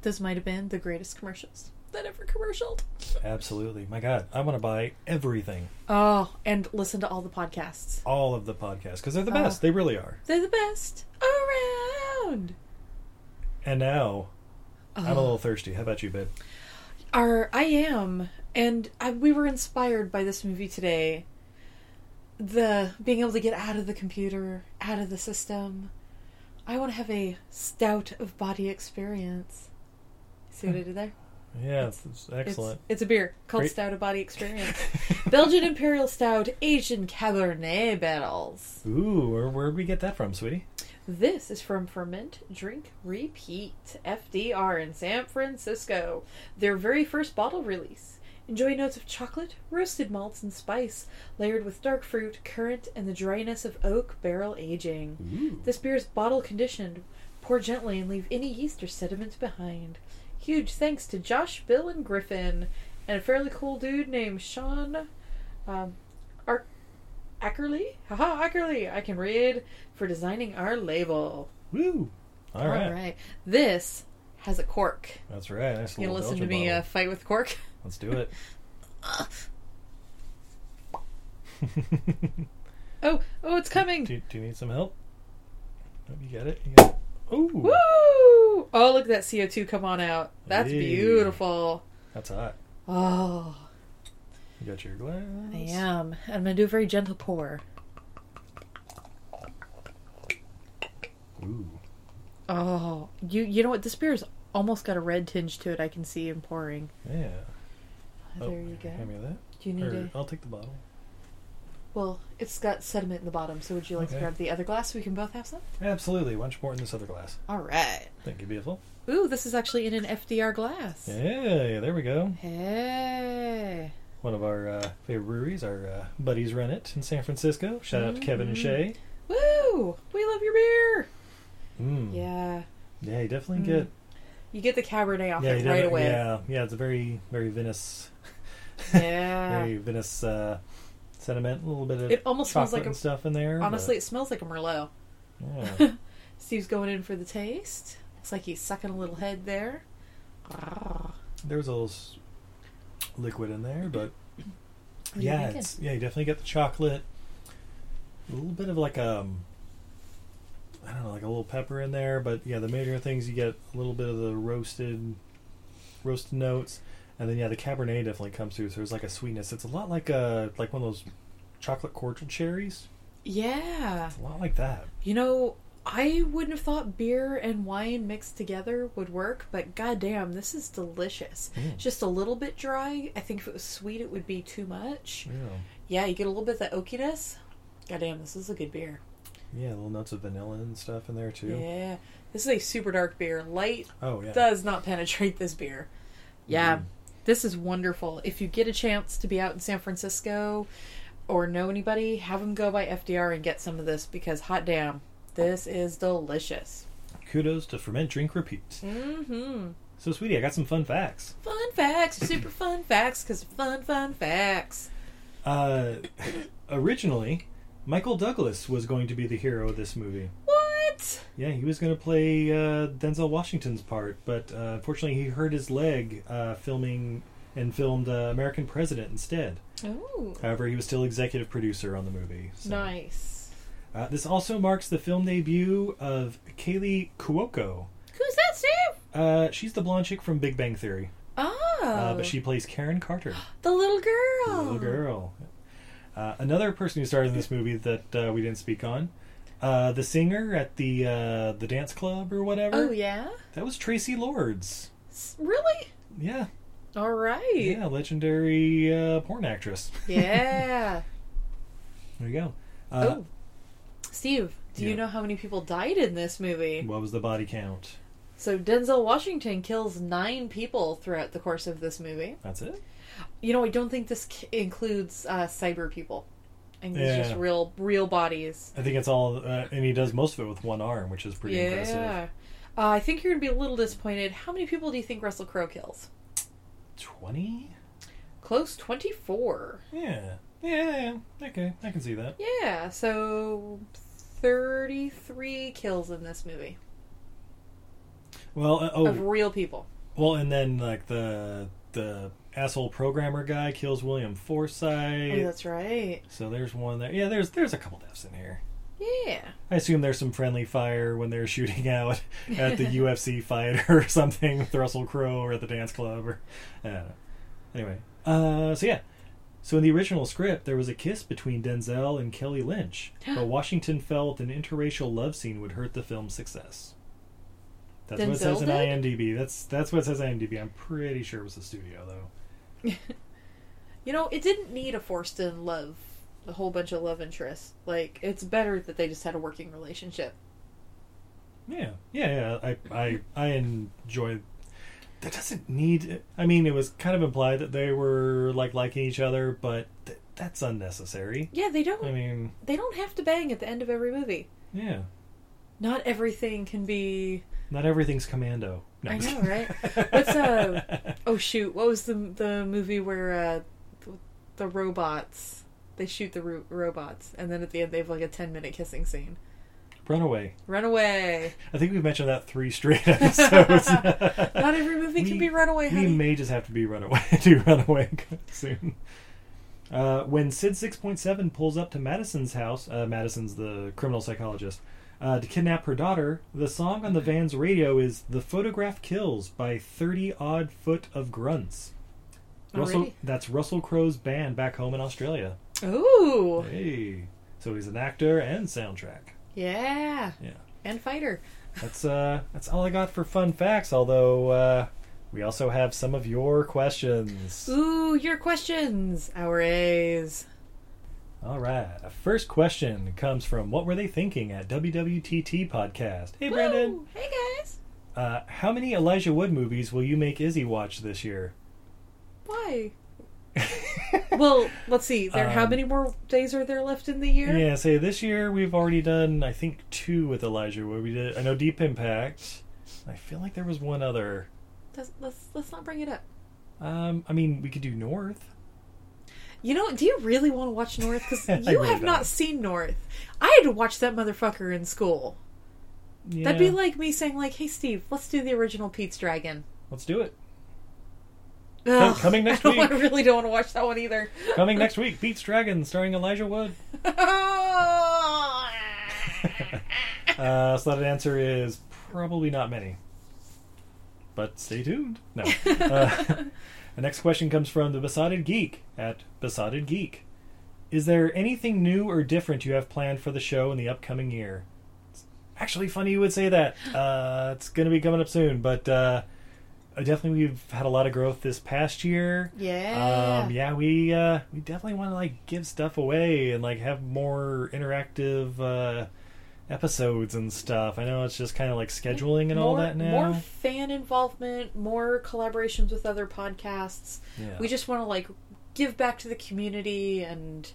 S6: Those might have been the greatest commercials that ever commercialed.
S1: Absolutely. My God, I want to buy everything.
S6: Oh, and listen to all the podcasts.
S1: All of the podcasts because they're the
S6: Oh.
S1: best. They really are.
S6: They're the best around.
S1: And now, I'm a
S6: Oh.
S1: little thirsty. How about you, babe?
S6: Are I am, and I, we were inspired by this movie today. The being able to get out of the computer, out of the system. I want to have a stout of body experience. See what I did there?
S1: Yeah, it's, it's Hmm. excellent.
S6: It's, it's a beer called
S1: Great.
S6: Stout of Body
S1: <laughs>
S6: Experience. Belgian Imperial Stout, aged in Cabernet barrels.
S1: Ooh, where where'd we get that from, sweetie?
S6: This is from Ferment Drink Repeat, FDR, in San Francisco. Their very first bottle release. Enjoy notes of chocolate, roasted malts, and spice, layered with dark fruit, currant, and the dryness of oak barrel aging.
S14: Ooh.
S6: This beer is bottle conditioned. Pour gently and leave any yeast or sediment behind. Huge thanks to Josh, Bill, and Griffin, and a fairly cool dude named Sean um, Ar- Ackerley? Haha, Ackerley! I can read for designing our label.
S1: Woo! All right.
S6: This has a cork.
S1: That's right. Nice
S6: you
S1: little
S6: gonna listen to
S1: Belgian
S6: me
S1: bottle.
S6: uh, fight with cork?
S1: <laughs> Let's
S6: <laughs>
S1: do it.
S6: Oh, oh, it's coming!
S1: Do, do you need some help? Oh, you got it. You got it. Ooh,
S6: Woo! Oh, look at that CO2 come on out. That's
S1: Hey.
S6: beautiful.
S1: that's hot.
S6: Oh,
S1: You got your glass.
S6: I am. I'm gonna do a very gentle pour.
S1: Ooh.
S6: Oh, you you know what? This beer's almost got a red tinge to it. I can see in pouring.
S1: Yeah.
S6: There you go.
S1: Oh, Hand me that.
S6: Do you need
S1: Or
S6: a-
S1: I'll take the bottle.
S6: Well, it's got sediment in the bottom, so would you like to
S1: Okay.
S6: grab the other glass so we can both have some?
S1: Absolutely. Why don't you pour it in this other glass?
S6: All right.
S1: Thank you, beautiful.
S6: Ooh, this is actually in an FDR glass.
S1: Yeah, there we go.
S6: Hey.
S1: One of our uh, favorite breweries. Our uh, buddies run it in San Francisco. Shout out to Kevin and
S6: Mhm.
S1: Shay.
S6: Woo! We love your beer.
S1: Mm.
S6: Yeah.
S1: Yeah, you definitely
S6: Mm.
S1: get
S6: You get the Cabernet off
S1: yeah, you
S6: it
S1: did
S6: right
S1: it.
S6: away.
S1: Yeah, yeah, it's a very, very Venice.
S6: <laughs> Yeah.
S1: very Venice uh, sentiment. A little bit of
S6: It almost smells
S1: chocolate
S6: like a,
S1: and stuff in there. but-
S6: Honestly, it smells like a Merlot.
S1: yeah.
S6: Steve's going in for the taste. Looks like he's sucking a little head there. Ah.
S1: there was a little s- liquid in there, but
S6: do Oh, you
S1: yeah,
S6: thinking?
S1: it's, yeah, you definitely get the chocolate. A little bit of like um, I don't know, like a little pepper in there, but yeah, the major things you get a little bit of the roasted, roasted notes, and then yeah, the Cabernet definitely comes through. So there's like a sweetness. It's a lot like a like one of those chocolate cordial cherries.
S6: Yeah.
S1: A lot like that.
S6: You know, I wouldn't have thought beer and wine mixed together would work, but goddamn, this is delicious.
S1: Mm.
S6: Just a little bit dry. I think if it was sweet, it would be too much.
S1: Yeah,
S6: Yeah, you get a little bit of that oakiness. Goddamn, this is a good beer.
S1: yeah, little notes of vanilla and stuff in there too.
S6: Yeah. This is a super dark beer. Light
S1: Oh, yeah. Mm.
S6: does not penetrate this beer. Yeah. This is wonderful. If you get a chance to be out in San Francisco or know anybody, have them go by FDR and get some of this because hot damn, this is delicious.
S1: Kudos to ferment, drink, repeat.
S6: Mhm.
S1: So, sweetie, I got some fun facts.
S6: Fun facts, super fun facts cuz fun fun facts.
S1: Uh, originally, Michael Douglas was going to be the hero of this movie.
S6: What?
S1: Yeah, he was going to play uh, Denzel Washington's part, but uh, unfortunately, he hurt his leg uh, filming and filmed uh, American President instead.
S6: Oh.
S1: However, he was still executive producer on the movie. so-
S6: Nice.
S1: Uh, this also marks the film debut of Kaylee Cuoco.
S6: Who's that, Steve?
S1: Uh, she's the blonde chick from Big Bang Theory,
S6: Oh.
S1: uh, but she plays Karen Carter.
S6: the little girl.
S1: Little girl. Uh, another person who starred in this movie that uh, we didn't speak on, uh, the singer at the uh, the dance club or whatever.
S6: Oh yeah.
S1: that was Tracy Lords.
S6: S- Really?
S1: Yeah,
S6: All right.
S1: yeah, legendary uh, porn actress.
S6: <laughs> Yeah.
S1: there you go. Uh,
S6: oh. Steve, do you know how many people died in this movie?
S1: What was the body count?
S6: So Denzel Washington kills nine people throughout the course of this movie.
S1: That's it.
S6: You know, I don't think this c- includes uh, cyber people. I think it's just
S1: Yeah.
S6: real, real bodies.
S1: I think it's all, uh, and he does most of it with one arm, which is pretty impressive.
S6: Uh, I think you're gonna be a little disappointed. How many people do you think Russell Crowe kills?
S1: Twenty.
S6: Close, twenty-four.
S1: Yeah. Yeah, yeah. Okay, I can see that.
S6: Yeah. So, thirty-three kills in this movie
S1: Well, uh, oh,
S6: of real people.
S1: well, and then like the the asshole programmer guy kills William Forsythe.
S6: Oh, that's right.
S1: So there's one there. Yeah, there's there's a couple deaths in here.
S6: Yeah.
S1: I assume there's some friendly fire when they're <laughs> shooting out
S6: <laughs>
S1: at the UFC fight or something with Russell Crowe or at the dance club or I don't know. Anyway, uh, so yeah, so in the original script there was a kiss between Denzel and
S6: <gasps>
S1: Kelly Lynch, but Washington felt an interracial love scene would hurt the film's success. That's what it
S6: Denzel
S1: says in
S6: did?
S1: IMDb. That's that's what it says in IMDb. I'm pretty sure it was the studio though.
S6: You know, it didn't need a forced in love, a whole bunch of love interests. Like, it's better that they just had a working relationship.
S1: Yeah, yeah, yeah. I, I, I enjoy. That doesn't need. I mean, it was kind of implied that they were like liking each other, but th- that's unnecessary.
S6: Yeah, they don't.
S1: I mean,
S6: They don't have to bang at the end of every movie.
S1: yeah.
S6: Not everything can be.
S1: Not everything's commando. No,
S6: I
S1: I'm just
S6: know,
S1: kidding.
S6: right? What's
S1: <laughs>
S6: uh? Oh shoot! What was the the movie where uh, the, the robots they shoot the ro- robots and then at the end they have like a ten minute kissing scene.
S1: Runaway.
S6: Runaway.
S1: I think we mentioned that three straight <laughs> episodes.
S6: Not
S1: <laughs>
S6: every movie can be Runaway,
S1: We
S6: honey.
S1: may just have to be Runaway <laughs> do Runaway soon. Uh, when Sid six point seven pulls up to Madison's house, uh, Madison's the criminal psychologist, uh, to kidnap her daughter. The song on the van's radio is "The Photograph Kills" by Thirty Odd Foot of Grunts. Russell,
S6: Already?
S1: that's Russell Crowe's band back home in Australia.
S6: Ooh.
S1: Hey, so he's an actor and soundtrack.
S6: Yeah.
S1: Yeah.
S6: And fighter.
S1: That's uh that's all I got for fun facts, although uh we also have some of your questions.
S6: Ooh, your questions. Our A's.
S1: All right. Our First question comes from What Were They Thinking at WWTT podcast. Hey
S6: Woo!
S1: Brandon,
S6: Hey guys.
S1: uh how many Elijah Wood movies will you make Izzy watch this year? <laughs>
S6: Why? well, let's see. There, how
S1: Um,
S6: many more days are there left in the year?
S1: Yeah, say this year we've already done I think two with Elijah Wood. We did I know Deep Impact. I feel like there was one other.
S6: Let's, let's let's not bring it up.
S1: Um I mean, we could do North.
S6: You know, do you really want to watch North? Because
S1: <laughs> I
S6: you
S1: really
S6: have
S1: don't.
S6: not seen North. I had to watch that motherfucker in school. That'd be
S1: Yeah.
S6: like me saying, like, "Hey, Steve, let's do the original Pete's Dragon."
S1: Let's do it.
S6: Ugh,
S1: coming
S6: <laughs>
S1: next
S6: I don't-
S1: week.
S6: I really don't want to watch that one
S1: <laughs>
S6: either.
S1: Coming next week, Pete's Dragon starring Elijah Wood. <laughs> Uh, so that answer is probably not many. But stay tuned. No. Uh, <laughs> the next question comes from the Besotted Geek at Besotted Geek. Is there anything new or different you have planned for the show in the upcoming year? It's actually funny you would say that. Uh, it's going to be coming up soon, but uh, uh, definitely we've had a lot of growth this past year.
S6: Yeah.
S1: Um, yeah, we uh, we definitely want to like give stuff away and like have more interactive uh, episodes and stuff. I know it's just kind of like scheduling and all
S6: More-
S1: that now.
S6: More fan involvement, more collaborations with other podcasts.
S1: Yeah.
S6: We just want to like give back to the community and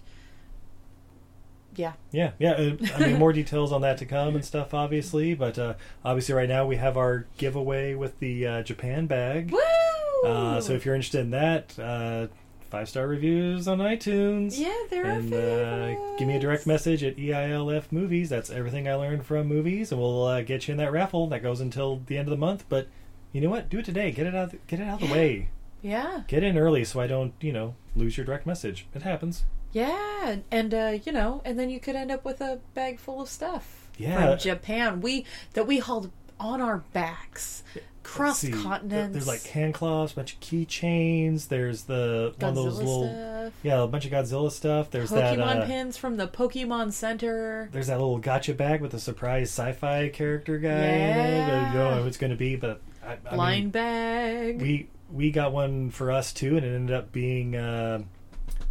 S6: yeah.
S1: Yeah, yeah. uh, I mean, more details on that to come and stuff, obviously. But uh, obviously, right now we have our giveaway with the uh, Japan bag.
S6: Woo!
S1: Uh, so if you're interested in that, uh, five star reviews on iTunes.
S6: Yeah, they're
S1: and uh, give me a direct message at E EILF Movies. That's everything I learned from movies, and we'll uh, get you in that raffle. That goes until the end of the month. But you know what? Do it today. Get it out. Get it out of the way.
S6: Yeah.
S1: Get in early so I don't, you know, lose your direct message. It happens.
S6: Yeah, and- and uh, you know, and then you could end up with a bag full of stuff
S1: Yeah.
S6: from Japan. We that we hauled on our backs,
S1: Let's
S6: cross
S1: see. There-
S6: continents.
S1: There's like hand cloths, a bunch of keychains. There's the one of those
S6: Godzilla
S1: little
S6: stuff.
S1: yeah, a bunch of Godzilla stuff. There's
S6: Pokemon
S1: that uh,
S6: pins from the Pokemon Center.
S1: there's that little gotcha bag with the surprise sci-fi character guy. In it. I
S6: Yeah.
S1: don't know who it's going to be, but I, I
S6: blind
S1: mean,
S6: bag.
S1: we we got one for us too, and it ended up being uh,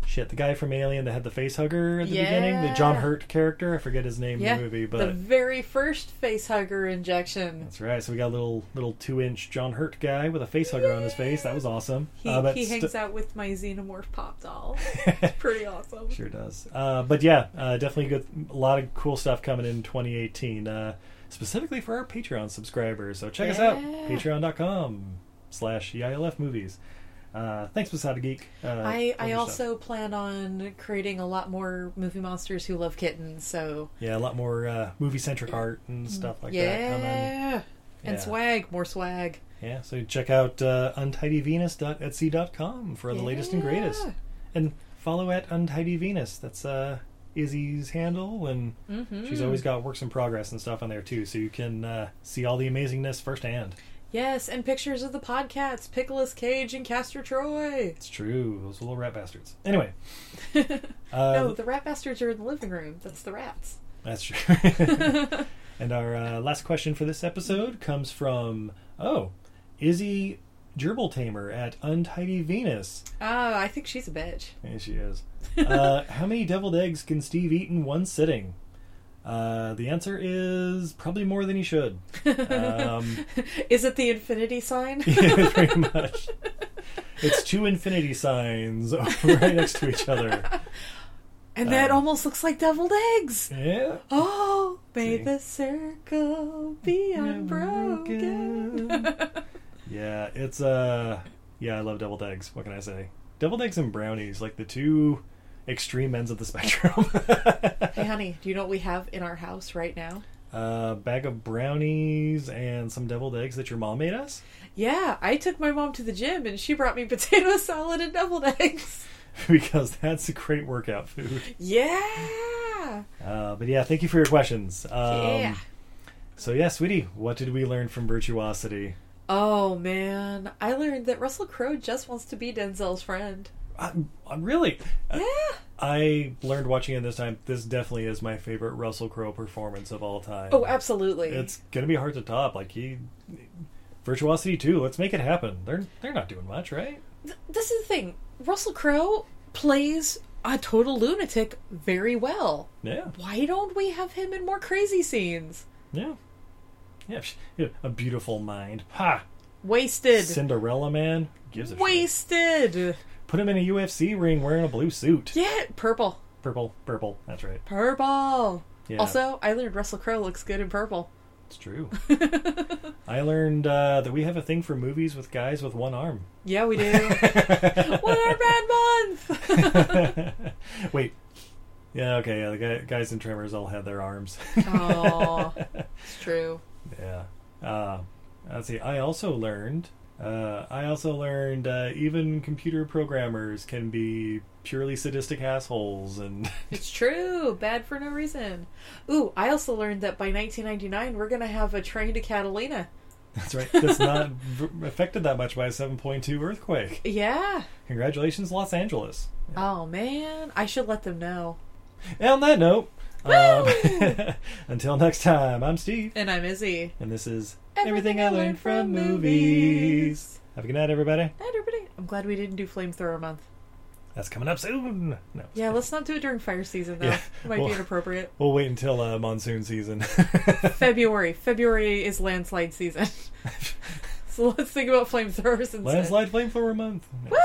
S1: Shit, the guy from Alien that had the face hugger at the beginning, the John
S6: Yeah.
S1: Hurt character. I forget his name
S6: yeah,
S1: in the movie, but
S6: the very first face hugger injection.
S1: That's right. So we got a little little two inch John Hurt guy with a face hugger on his face. That was awesome.
S6: He,
S1: Uh, but
S6: he hangs
S1: st-
S6: out with my xenomorph pop
S1: <laughs>
S6: doll. it's pretty awesome.
S1: Sure does. Uh, but yeah, uh, definitely good. A lot of cool stuff coming in 2018, uh, specifically for our Patreon subscribers. So check us out,
S6: Yeah.
S1: patreon.com slash E EILF movies. Uh, thanks, Masada Geek. Uh,
S6: I,
S1: for
S6: I
S1: your stuff.
S6: also plan on creating a lot more movie monsters who love kittens. So
S1: Yeah, a lot more uh, movie centric art and stuff like that coming.
S6: yeah. and
S1: Yeah.
S6: swag, more swag.
S1: Yeah, so check out uh, untidyvenus.etsy.com for the latest and greatest. And follow at untidyvenus. That's uh, Izzy's handle, and
S6: Mhm.
S1: she's always got works in progress and stuff on there too, so you can uh, see all the amazingness firsthand.
S6: Yes, and pictures of the podcasts, Pickles Cage and Castor Troy.
S1: It's true, those little rat bastards. Anyway.
S6: no,
S1: uh,
S6: the rat bastards are in the living room. That's the rats.
S1: That's true. <laughs> and our uh, last question for this episode comes from, oh, Izzy Gerbil Tamer at Untidy Venus.
S6: Oh, I think she's a bitch.
S1: Yeah, she is. Uh, how many deviled eggs can Steve eat in one sitting? Uh, the answer is probably more than he should. Um, <laughs>
S6: Is it the infinity sign?
S1: yeah, pretty much. It's two infinity signs <laughs> right next to each other.
S6: and that
S1: Um,
S6: almost looks like deviled
S1: <laughs>
S6: eggs.
S1: Yeah.
S6: Oh, may the circle be unbroken.
S1: Yeah, it's uh yeah, I love deviled eggs. What can I say? Deviled eggs and brownies, like the two extreme ends of the <laughs> spectrum.
S6: hey, honey, do you know what we have in our house right now?
S1: uh, bag of brownies and some deviled eggs that your mom made us. <laughs>
S6: Yeah, I took my mom to the gym and she brought me <laughs> potato salad and deviled eggs.
S1: because that's a great workout food.
S6: Yeah.
S1: Uh, but yeah, thank you for your questions. Um,
S6: Yeah.
S1: So yeah, sweetie, what did we learn from virtuosity?
S6: Oh man, I learned that Russell Crowe just wants to be Denzel's friend.
S1: I, I Uh, really, yeah. I learned watching it this time. This definitely is my favorite Russell Crowe performance of all time.
S6: Oh, absolutely.
S1: It's gonna be hard to top. Like he, virtuosity too. Let's make it happen. They're they're not doing much, right?
S6: this is the thing. Russell Crowe plays a total lunatic very well.
S1: Yeah.
S6: Why don't we have him in more crazy scenes?
S1: Yeah. Yeah. psh, yeah, A beautiful mind. Ha.
S6: Wasted.
S1: Cinderella man gives a
S6: Wasted.
S1: Put him in a UFC ring wearing a blue suit.
S6: Yeah, purple.
S1: Purple, purple. That's right.
S6: Purple.
S1: Yeah.
S6: Also, I learned Russell Crowe looks good in purple.
S1: It's true. <laughs> I learned uh, that we have a thing for movies with guys with one arm. <laughs>
S6: Yeah, we do. what our bad
S1: <laughs>
S6: month.
S1: Wait. Yeah, okay. Yeah, the guy, guys in Tremors all had their arms. <laughs>
S6: oh, it's true.
S1: Yeah. Uh, let's see. I also learned. Uh, I also learned uh, even computer programmers can be purely sadistic assholes, and <laughs>
S6: It's true. Bad for no reason. Ooh, I also learned that by 1999 we're gonna have a train to Catalina.
S1: that's right. That's not v- affected that much by a 7.2 earthquake.
S6: Yeah.
S1: Congratulations, Los Angeles.
S6: Oh man, I should let them know.
S1: And on that note,
S6: Oh.
S1: um, <laughs>
S6: <laughs>
S1: until next time, I'm Steve,
S6: And I'm Izzy.
S1: and this is
S6: Everything, I learned from
S1: Movies. Have a good night, everybody.
S6: Night, everybody. I'm glad we didn't do Flamethrower Month.
S1: That's coming up soon. No.
S6: Yeah, let's not do it during fire season though.
S1: Yeah,
S6: It might
S1: well-
S6: be inappropriate.
S1: We'll wait until uh, monsoon season. <laughs>
S6: February. February is <laughs> landslide season. so let's think about flamethrowers instead.
S1: Landslide flamethrower month.
S6: Woo!